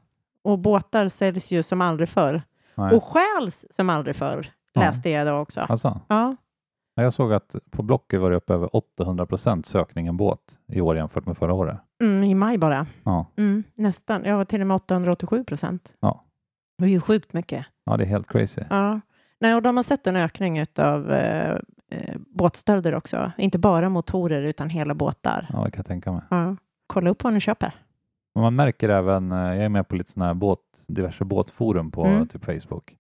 [SPEAKER 2] Och båtar säljs ju som aldrig förr.
[SPEAKER 1] Nej.
[SPEAKER 2] Och stjäls som aldrig förr,
[SPEAKER 1] Ja.
[SPEAKER 2] läste jag idag också.
[SPEAKER 1] Alltså,
[SPEAKER 2] Ja,
[SPEAKER 1] ja, jag såg att på Blocket var det uppe över 800 procent sökning en båt i år jämfört med förra året.
[SPEAKER 2] mm, i maj bara.
[SPEAKER 1] Ja.
[SPEAKER 2] Mm, nästan. Jag var till och med 887 procent.
[SPEAKER 1] Ja.
[SPEAKER 2] Det är ju sjukt mycket.
[SPEAKER 1] Ja, det är helt crazy.
[SPEAKER 2] Ja. Nej, och de har sett en ökning av eh, eh, båtstölder också. Inte bara motorer, utan hela båtar.
[SPEAKER 1] Ja, det kan jag tänka mig.
[SPEAKER 2] Ja. Kolla upp vad ni köper.
[SPEAKER 1] Men man märker även, eh, jag är med på lite sådana här båt, diverse båtforum på
[SPEAKER 2] Mm.
[SPEAKER 1] typ Facebook.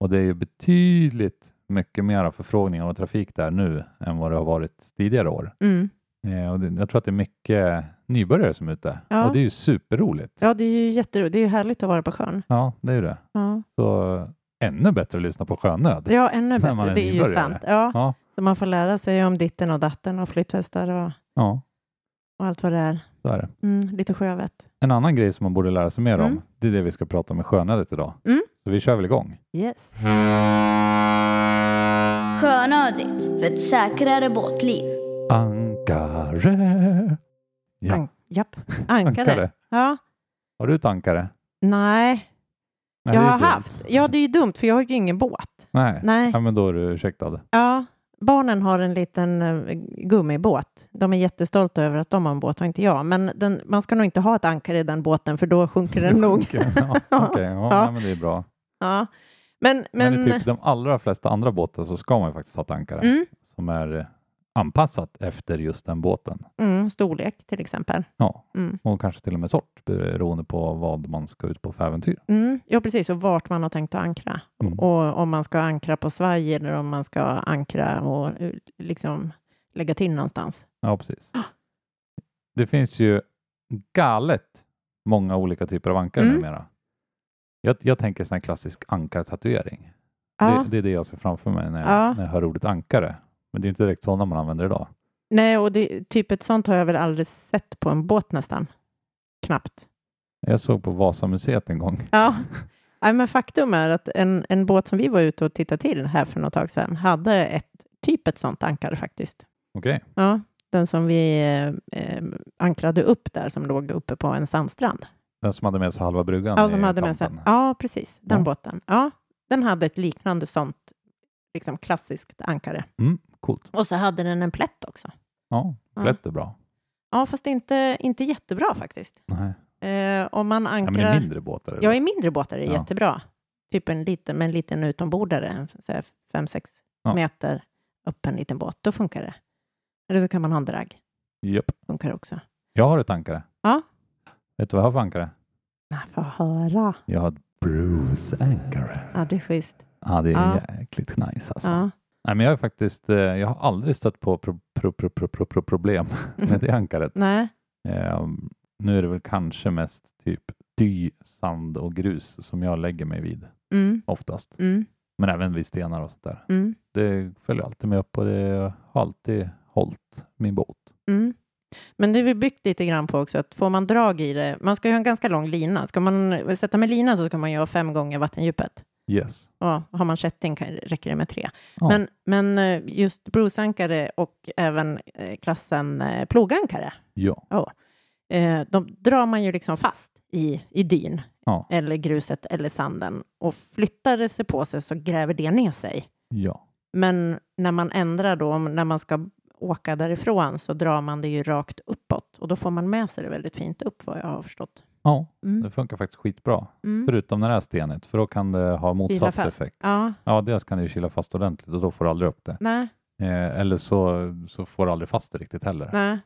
[SPEAKER 1] Och det är ju betydligt mycket mera förfrågningar och trafik där nu än vad det har varit tidigare år.
[SPEAKER 2] Mm.
[SPEAKER 1] Eh, och det, jag tror att det är mycket nybörjare som är ute
[SPEAKER 2] Ja.
[SPEAKER 1] och det är ju superroligt.
[SPEAKER 2] Ja, det är ju jätteroligt. Det är ju härligt att vara på sjön.
[SPEAKER 1] Ja, det är ju det.
[SPEAKER 2] Ja,
[SPEAKER 1] Så eh, ännu bättre att lyssna på sjönöd.
[SPEAKER 2] ja ännu
[SPEAKER 1] När man
[SPEAKER 2] bättre.
[SPEAKER 1] är
[SPEAKER 2] det är ju
[SPEAKER 1] nybörjare.
[SPEAKER 2] sant. Ja.
[SPEAKER 1] Ja.
[SPEAKER 2] Så man får lära sig om ditten och datten och flytvästar och,
[SPEAKER 1] Ja,
[SPEAKER 2] och allt vad det är.
[SPEAKER 1] så är det.
[SPEAKER 2] Mm, lite sjövett.
[SPEAKER 1] En annan grej som man borde lära sig mer om,
[SPEAKER 2] Mm.
[SPEAKER 1] det är det vi ska prata om i sjönödet idag.
[SPEAKER 2] Mm.
[SPEAKER 1] Så vi kör väl igång.
[SPEAKER 2] Yes.
[SPEAKER 6] Sjönödigt, för ett säkrare båtliv.
[SPEAKER 1] Ankare. Ja.
[SPEAKER 2] An- japp. Ankare.
[SPEAKER 1] Ankare.
[SPEAKER 2] Ja.
[SPEAKER 1] Har du ett ankare?
[SPEAKER 2] Nej,
[SPEAKER 1] Nej,
[SPEAKER 2] jag
[SPEAKER 1] det är
[SPEAKER 2] har
[SPEAKER 1] dumt.
[SPEAKER 2] haft. Ja, det är ju dumt, för jag har ju ingen båt.
[SPEAKER 1] Nej.
[SPEAKER 2] Nej.
[SPEAKER 1] Ja, men då är du ursäktad.
[SPEAKER 2] Ja, barnen har en liten eh, gummibåt. De är jättestolta över att de har en båt och inte jag. Men den, man ska nog inte ha ett ankare i den båten för då sjunker den nog.
[SPEAKER 1] Okej, ja, okej, ja,
[SPEAKER 2] Ja.
[SPEAKER 1] nej, men det är bra.
[SPEAKER 2] Ja. Men,
[SPEAKER 1] Men,
[SPEAKER 2] men,
[SPEAKER 1] i typ de allra flesta andra båtar så ska man ju faktiskt ha ett ankare
[SPEAKER 2] mm,
[SPEAKER 1] som är eh, anpassat efter just den båten.
[SPEAKER 2] mm, storlek till exempel.
[SPEAKER 1] Ja,
[SPEAKER 2] Mm.
[SPEAKER 1] och kanske till och med sort beroende på vad man ska ut på för äventyr.
[SPEAKER 2] Mm, ja, precis. Och vart man har tänkt att ankra.
[SPEAKER 1] Mm.
[SPEAKER 2] Och om man ska ankra på svaj eller om man ska ankra och eh, liksom lägga till någonstans.
[SPEAKER 1] Ja, precis. Det finns ju galet många olika typer av ankare
[SPEAKER 2] Mm.
[SPEAKER 1] numera. Jag, jag tänker sån här klassisk ankartatuering.
[SPEAKER 2] Ja.
[SPEAKER 1] Det, det är det jag ser framför mig när jag,
[SPEAKER 2] Ja.
[SPEAKER 1] när jag hör ordet ankare. Men det är inte direkt sådana man använder idag.
[SPEAKER 2] Nej, och det, typ ett sånt har jag väl aldrig sett på en båt nästan. Knappt.
[SPEAKER 1] Jag såg på Vasamuseet en gång.
[SPEAKER 2] Ja. Nej, men faktum är att en, en båt som vi var ute och tittade till här för något tag sedan hade ett typ ett sånt ankare faktiskt.
[SPEAKER 1] Okej.
[SPEAKER 2] Ja, den som vi eh, eh, ankrade upp där som låg uppe på en sandstrand.
[SPEAKER 1] Den som hade med sig halva bryggan
[SPEAKER 2] Ja,
[SPEAKER 1] i
[SPEAKER 2] som hade med sig.
[SPEAKER 1] kampen.
[SPEAKER 2] Ja, precis. Den
[SPEAKER 1] Ja.
[SPEAKER 2] båten. Ja, den hade ett liknande sånt liksom klassiskt ankare.
[SPEAKER 1] Mm, coolt.
[SPEAKER 2] Och så hade den en plätt också.
[SPEAKER 1] Ja,
[SPEAKER 2] Ja.
[SPEAKER 1] plätt är bra.
[SPEAKER 2] Ja, fast inte, inte jättebra faktiskt.
[SPEAKER 1] Nej.
[SPEAKER 2] Eh, om man
[SPEAKER 1] Ja, men
[SPEAKER 2] ankrar...
[SPEAKER 1] det är mindre båtar. är det
[SPEAKER 2] Ja,
[SPEAKER 1] då?
[SPEAKER 2] i mindre båtar är det
[SPEAKER 1] typ, Ja.
[SPEAKER 2] jättebra. Typ en liten, med en liten utombordare, en så här fem sex
[SPEAKER 1] Ja.
[SPEAKER 2] meter upp en liten båt, då funkar det. Eller så kan man ha en dragg,
[SPEAKER 1] Japp.
[SPEAKER 2] funkar också.
[SPEAKER 1] Jag har ett ankare.
[SPEAKER 2] Ja.
[SPEAKER 1] Vet du vad jag har för ankare?
[SPEAKER 2] Nej, får jag höra.
[SPEAKER 1] Jag har ett Bruce-ankare.
[SPEAKER 2] Ja, det är schysst.
[SPEAKER 1] Ja, det är
[SPEAKER 2] Ja.
[SPEAKER 1] jäkligt nice alltså.
[SPEAKER 2] Ja.
[SPEAKER 1] Nej, men jag, är faktiskt, eh, jag har aldrig stött på pro, pro, pro, pro, pro, pro, problem med det ankaret.
[SPEAKER 2] Nej,
[SPEAKER 1] Eh, nu är det väl kanske mest typ dy, sand och grus som jag lägger mig vid
[SPEAKER 2] mm,
[SPEAKER 1] oftast.
[SPEAKER 2] mm,
[SPEAKER 1] Men även vid stenar och sånt där.
[SPEAKER 2] mm,
[SPEAKER 1] Det följer alltid med upp och det har alltid hållit min båt.
[SPEAKER 2] mm. Men det är vi byggt lite grann på också, att får man drag i det, man ska ju ha en ganska lång lina. Ska man sätta med lina så ska man ju ha fem gånger vattendjupet.
[SPEAKER 1] Yes.
[SPEAKER 2] Ja, har man kätting kan- räcker det med tre.
[SPEAKER 1] Ja.
[SPEAKER 2] Men, men eh, just brosankare och även eh, klassen eh, plogankare,
[SPEAKER 1] Ja.
[SPEAKER 2] eh, de drar man ju liksom fast i, i dyn
[SPEAKER 1] Ja.
[SPEAKER 2] eller gruset eller sanden och flyttar det sig på sig så gräver det ner sig.
[SPEAKER 1] ja.
[SPEAKER 2] Men när man ändrar då, om- när man ska åka därifrån så drar man det ju rakt uppåt och då får man med sig det väldigt fint upp vad jag har förstått.
[SPEAKER 1] Ja,
[SPEAKER 2] Mm.
[SPEAKER 1] det funkar faktiskt skitbra.
[SPEAKER 2] Mm.
[SPEAKER 1] Förutom när det är stenigt, för då kan det ha motsatt
[SPEAKER 2] fast.
[SPEAKER 1] effekt.
[SPEAKER 2] Ja,
[SPEAKER 1] Ja, dels kan det ju kila fast ordentligt och då får du aldrig upp det.
[SPEAKER 2] nej,
[SPEAKER 1] Eh, eller så, så får du aldrig fast det riktigt heller.
[SPEAKER 2] nej.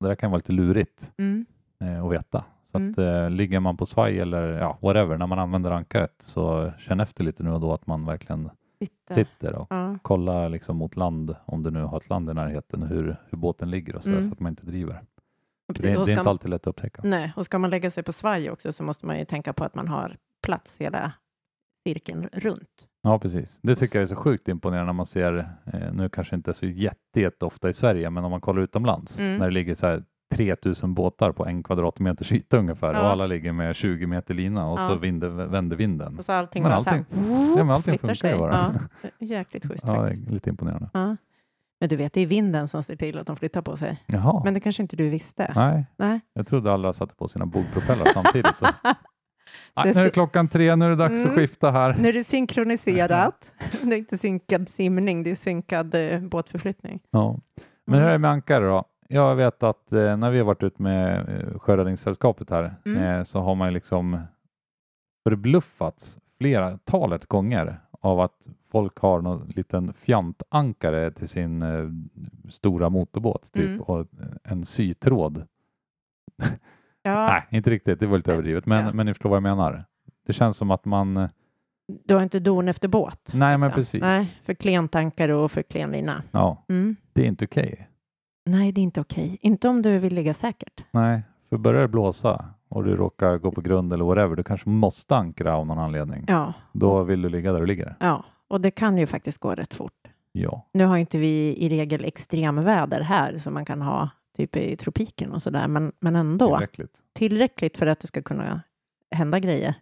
[SPEAKER 1] Det där kan vara lite lurigt
[SPEAKER 2] Mm.
[SPEAKER 1] eh, att veta. Så
[SPEAKER 2] Mm.
[SPEAKER 1] att, eh, ligger man på svaj eller ja, whatever, när man använder ankaret så känn efter lite nu och då att man verkligen
[SPEAKER 2] Sitta.
[SPEAKER 1] sitter och
[SPEAKER 2] Ja.
[SPEAKER 1] kollar liksom mot land, om du nu har ett land i närheten, hur, hur båten ligger och så,
[SPEAKER 2] Mm.
[SPEAKER 1] så att man inte driver.
[SPEAKER 2] Och
[SPEAKER 1] Det, det
[SPEAKER 2] precis, och
[SPEAKER 1] är
[SPEAKER 2] ska
[SPEAKER 1] inte alltid lätt att upptäcka.
[SPEAKER 2] Nej, och ska man lägga sig på svaj också så måste man ju tänka på att man har plats hela cirkeln runt.
[SPEAKER 1] Ja, precis. Det tycker jag är så sjukt imponerande när man ser, eh, nu kanske inte så jätte, jätte ofta i Sverige, men om man kollar utomlands
[SPEAKER 2] Mm.
[SPEAKER 1] när det ligger så här 3000 båtar på en kvadratmeters yta ungefär
[SPEAKER 2] Ja.
[SPEAKER 1] och alla ligger med 20 meter lina och
[SPEAKER 2] Ja.
[SPEAKER 1] så vinder, vänder vinden.
[SPEAKER 2] Och så allting
[SPEAKER 1] Men
[SPEAKER 2] bara
[SPEAKER 1] allting,
[SPEAKER 2] så här,
[SPEAKER 1] ja, men allting
[SPEAKER 2] flyttar
[SPEAKER 1] funkar ju
[SPEAKER 2] sig.
[SPEAKER 1] bara.
[SPEAKER 2] Ja, eh, jäkligt schysst
[SPEAKER 1] Ja, det
[SPEAKER 2] faktiskt.
[SPEAKER 1] är lite imponerande.
[SPEAKER 2] Ja. Men du vet, det är vinden som ser till att de flyttar på sig.
[SPEAKER 1] Jaha,
[SPEAKER 2] Men det kanske inte du visste?
[SPEAKER 1] nej.
[SPEAKER 2] Nej.
[SPEAKER 1] Jag trodde alla satte på sina bogpropellrar samtidigt. Nej,
[SPEAKER 2] Det
[SPEAKER 1] nu är
[SPEAKER 2] ser-
[SPEAKER 1] det klockan tre, nu är det dags
[SPEAKER 2] Mm.
[SPEAKER 1] att skifta här.
[SPEAKER 2] Nu är det synkroniserat. Det är inte synkad simning, det är synkad eh, båtförflyttning.
[SPEAKER 1] Ja. Men hur
[SPEAKER 2] Mm.
[SPEAKER 1] är det med ankare då? Jag vet att eh, när vi har varit ute med eh, Sjöräddningssällskapet här
[SPEAKER 2] Mm.
[SPEAKER 1] eh, så har man ju liksom förbluffats flera talet gånger av att folk har någon liten fjantankare till sin eh, stora motorbåt typ
[SPEAKER 2] Mm.
[SPEAKER 1] och en sytråd.
[SPEAKER 2] Ja,
[SPEAKER 1] Nej, inte riktigt. Det var lite överdrivet, men,
[SPEAKER 2] Ja.
[SPEAKER 1] men ni förstår vad jag menar. Det känns som att man... eh,
[SPEAKER 2] Du har inte don efter båt.
[SPEAKER 1] Nej, Mm, men
[SPEAKER 2] liksom.
[SPEAKER 1] precis.
[SPEAKER 2] Nej, för klentankar och för klenlina.
[SPEAKER 1] Ja,
[SPEAKER 2] Mm.
[SPEAKER 1] det är inte okej.
[SPEAKER 2] Nej, det är inte okej. Inte om du vill ligga säkert.
[SPEAKER 1] Nej, för börjar det blåsa och du råkar gå på grund eller whatever, du kanske måste ankra av någon anledning.
[SPEAKER 2] Ja,
[SPEAKER 1] Då vill du ligga där du ligger.
[SPEAKER 2] ja. och det kan ju faktiskt gå rätt fort.
[SPEAKER 1] Ja.
[SPEAKER 2] Nu har ju inte vi i regel extremväder här som man kan ha typ i tropiken och sådär, men, men ändå
[SPEAKER 1] Tillräckligt.
[SPEAKER 2] tillräckligt för att det ska kunna hända grejer.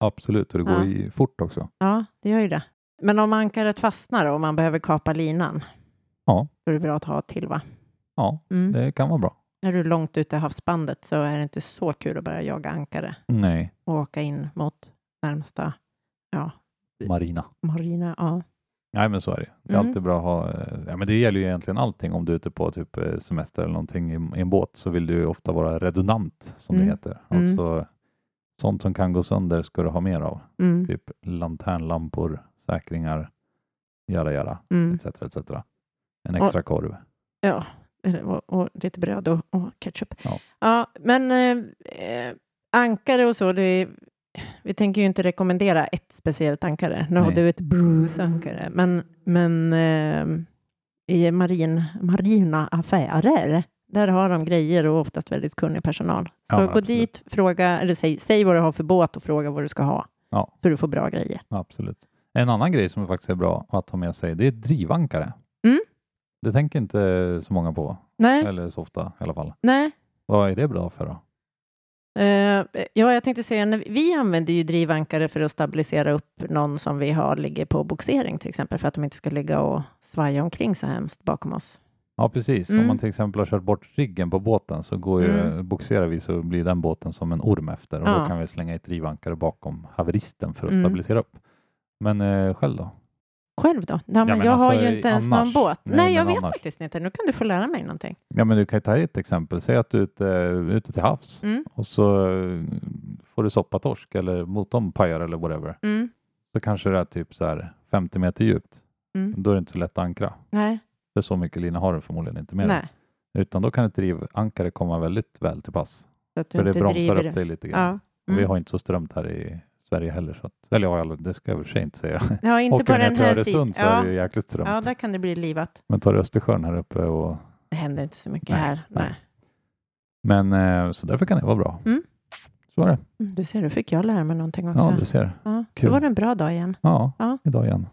[SPEAKER 1] Absolut, och det går
[SPEAKER 2] Ja.
[SPEAKER 1] i fort också.
[SPEAKER 2] Ja, det gör ju det. Men om ankaret fastnar och man behöver kapa linan?
[SPEAKER 1] Ja.
[SPEAKER 2] Då är det bra att ha ett till, va?
[SPEAKER 1] Ja,
[SPEAKER 2] Mm.
[SPEAKER 1] det kan vara bra.
[SPEAKER 2] När du är långt ute i havsbandet så är det inte så kul att börja jaga ankare
[SPEAKER 1] Nej,
[SPEAKER 2] och åka in mot närmsta
[SPEAKER 1] marina.
[SPEAKER 2] marina. Ja.
[SPEAKER 1] Nej, men så är det. Det är
[SPEAKER 2] Mm.
[SPEAKER 1] alltid bra att ha... eh, Ja, men det gäller ju egentligen allting. Om du är ute på typ eh, semester eller någonting i, i en båt så vill du ju ofta vara redundant, som det
[SPEAKER 2] Mm.
[SPEAKER 1] heter.
[SPEAKER 2] Mm.
[SPEAKER 1] Alltså, sånt som kan gå sönder ska du ha mer av.
[SPEAKER 2] Mm,
[SPEAKER 1] Typ lanternlampor, säkringar, jada jada.
[SPEAKER 2] mm.
[SPEAKER 1] etc. etc. En extra korv.
[SPEAKER 2] Ja, och, och lite bröd och, och ketchup.
[SPEAKER 1] Ja.
[SPEAKER 2] men eh, eh, ankare och så, det är, vi tänker ju inte rekommendera ett speciellt ankare. Nu har
[SPEAKER 1] Nej.
[SPEAKER 2] du ett Bruce-ankare, men, men eh, i marin, marina affärer, där har de grejer och oftast väldigt kunnig personal. Så
[SPEAKER 1] Ja, men
[SPEAKER 2] gå
[SPEAKER 1] absolut.
[SPEAKER 2] dit, fråga, eller säg, säg vad du har för båt och fråga vad du ska ha,
[SPEAKER 1] Ja.
[SPEAKER 2] så du får bra grejer.
[SPEAKER 1] Absolut. En annan grej som faktiskt är bra att ha med sig, det är drivankare.
[SPEAKER 2] Mm.
[SPEAKER 1] Det tänker inte så många på,
[SPEAKER 2] Nej,
[SPEAKER 1] eller så ofta i alla fall.
[SPEAKER 2] nej.
[SPEAKER 1] Vad är det bra för då?
[SPEAKER 2] Eh, ja, jag tänkte säga, när vi- vi använder ju drivankare för att stabilisera upp någon som vi har ligger på boxering till exempel, för att de inte ska ligga och svaja omkring så hemskt bakom oss.
[SPEAKER 1] Ja, precis. Om
[SPEAKER 2] Mm.
[SPEAKER 1] man till exempel har kört bort riggen på båten så går ju,
[SPEAKER 2] Mm.
[SPEAKER 1] boxerar vi så blir den båten som en orm efter och då
[SPEAKER 2] Ja.
[SPEAKER 1] kan vi slänga ett drivankare bakom haveristen för att
[SPEAKER 2] Mm.
[SPEAKER 1] stabilisera upp. Men eh, själv då?
[SPEAKER 2] Själv då? Ja, men
[SPEAKER 1] men
[SPEAKER 2] jag har
[SPEAKER 1] alltså,
[SPEAKER 2] ju inte ens
[SPEAKER 1] annars-
[SPEAKER 2] någon båt.
[SPEAKER 1] nej,
[SPEAKER 2] Nej, jag
[SPEAKER 1] men
[SPEAKER 2] vet
[SPEAKER 1] annars.
[SPEAKER 2] faktiskt inte. Nu kan du få lära mig någonting.
[SPEAKER 1] Ja, men du kan ju ta ett exempel. Säg att du är ute, ute till havs
[SPEAKER 2] Mm,
[SPEAKER 1] och så eh, får du soppatorsk eller motorn pajar eller whatever.
[SPEAKER 2] mm,
[SPEAKER 1] så kanske det är typ så här 50 meter djupt.
[SPEAKER 2] Mm.
[SPEAKER 1] Då är det inte så lätt att ankra.
[SPEAKER 2] nej,
[SPEAKER 1] För så mycket lina har du förmodligen inte med dig.
[SPEAKER 2] nej.
[SPEAKER 1] Utan då kan ett drivankare komma väldigt väl till pass.
[SPEAKER 2] Så att du
[SPEAKER 1] För det
[SPEAKER 2] inte
[SPEAKER 1] bromsar
[SPEAKER 2] driver
[SPEAKER 1] upp dig lite grann.
[SPEAKER 2] Ja.
[SPEAKER 1] Och vi
[SPEAKER 2] Mm.
[SPEAKER 1] har inte så strömt här i Sverige heller. Så att, eller ja, jag- det ska jag väl i och för sig inte säga.
[SPEAKER 2] ja, inte
[SPEAKER 1] Åker
[SPEAKER 2] på
[SPEAKER 1] du ner
[SPEAKER 2] den
[SPEAKER 1] till
[SPEAKER 2] här sidan.
[SPEAKER 1] Öresund så är
[SPEAKER 2] Ja.
[SPEAKER 1] det ju jäkligt strömt.
[SPEAKER 2] ja, där kan det bli livat.
[SPEAKER 1] Men tar du Östersjön här uppe och...
[SPEAKER 2] Det händer inte så mycket
[SPEAKER 1] Nej,
[SPEAKER 2] här.
[SPEAKER 1] nej.
[SPEAKER 2] Nej.
[SPEAKER 1] Men eh, så därför kan det vara bra.
[SPEAKER 2] Mm.
[SPEAKER 1] Så var det.
[SPEAKER 2] Mm, Du ser, då fick jag lära mig någonting också.
[SPEAKER 1] Ja,
[SPEAKER 2] Ja,
[SPEAKER 1] du ser.
[SPEAKER 2] Då
[SPEAKER 1] kul.
[SPEAKER 2] var det en bra dag igen.
[SPEAKER 1] Ja,
[SPEAKER 2] Ja.
[SPEAKER 1] idag igen.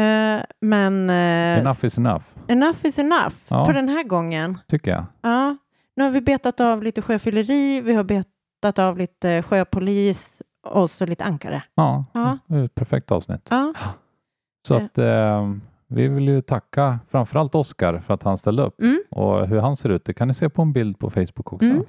[SPEAKER 2] Eh, men... eh,
[SPEAKER 1] Enough is enough,
[SPEAKER 2] Enough is enough
[SPEAKER 1] Ja.
[SPEAKER 2] för den här gången.
[SPEAKER 1] tycker jag.
[SPEAKER 2] Ja. Nu har vi betat av lite sjöfylleri, vi har betat av lite sjöpolis och så lite ankare.
[SPEAKER 1] Ja,
[SPEAKER 2] Ja.
[SPEAKER 1] det är ett perfekt avsnitt.
[SPEAKER 2] Ja.
[SPEAKER 1] Så
[SPEAKER 2] Ja.
[SPEAKER 1] att, eh, vi vill ju tacka framförallt Oskar för att han ställde upp.
[SPEAKER 2] Mm.
[SPEAKER 1] Och hur han ser ut, det kan ni se på en bild på Facebook också.
[SPEAKER 2] Mm.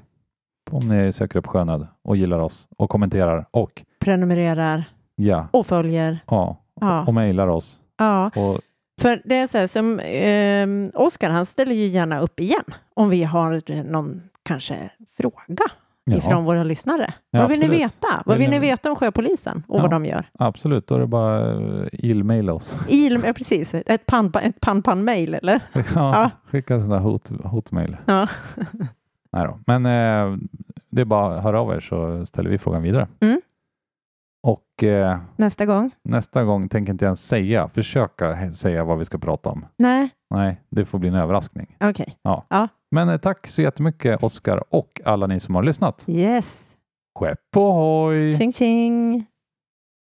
[SPEAKER 1] Om ni söker upp Sjönöd och gillar oss och kommenterar och
[SPEAKER 2] Prenumererar
[SPEAKER 1] ja,
[SPEAKER 2] och följer.
[SPEAKER 1] ja, och
[SPEAKER 2] Ja.
[SPEAKER 1] mejlar oss.
[SPEAKER 2] ja,
[SPEAKER 1] Och,
[SPEAKER 2] för det är så här som eh, Oskar, han ställer ju gärna upp igen om vi har eh, någon kanske fråga
[SPEAKER 1] ja,
[SPEAKER 2] ifrån våra lyssnare.
[SPEAKER 1] Ja,
[SPEAKER 2] Vad vill ni
[SPEAKER 1] absolut.
[SPEAKER 2] veta? Vad
[SPEAKER 1] Vill
[SPEAKER 2] vill
[SPEAKER 1] ni-
[SPEAKER 2] ni veta om sjöpolisen och
[SPEAKER 1] Ja.
[SPEAKER 2] vad de gör?
[SPEAKER 1] Absolut, då är det bara eh, illmejla oss.
[SPEAKER 2] Il, ja, precis, ett pan-pan-mejl ett pan, pan, mail eller?
[SPEAKER 1] ja,
[SPEAKER 2] Ja.
[SPEAKER 1] Skicka en sån där hot, hotmail.
[SPEAKER 2] Ja.
[SPEAKER 1] Nej då. Men eh, det är bara att höra av er så ställer vi frågan vidare.
[SPEAKER 2] Mm.
[SPEAKER 1] Och eh,
[SPEAKER 2] Nästa gång?
[SPEAKER 1] nästa gång tänker inte jag ens säga, försöka he- säga vad vi ska prata om.
[SPEAKER 2] Nej,
[SPEAKER 1] Nej, det får bli en överraskning.
[SPEAKER 2] okej.
[SPEAKER 1] Men eh, tack så jättemycket Oskar och alla ni som har lyssnat.
[SPEAKER 2] Yes.
[SPEAKER 1] Skepp ohoj!
[SPEAKER 2] Tjing tjing!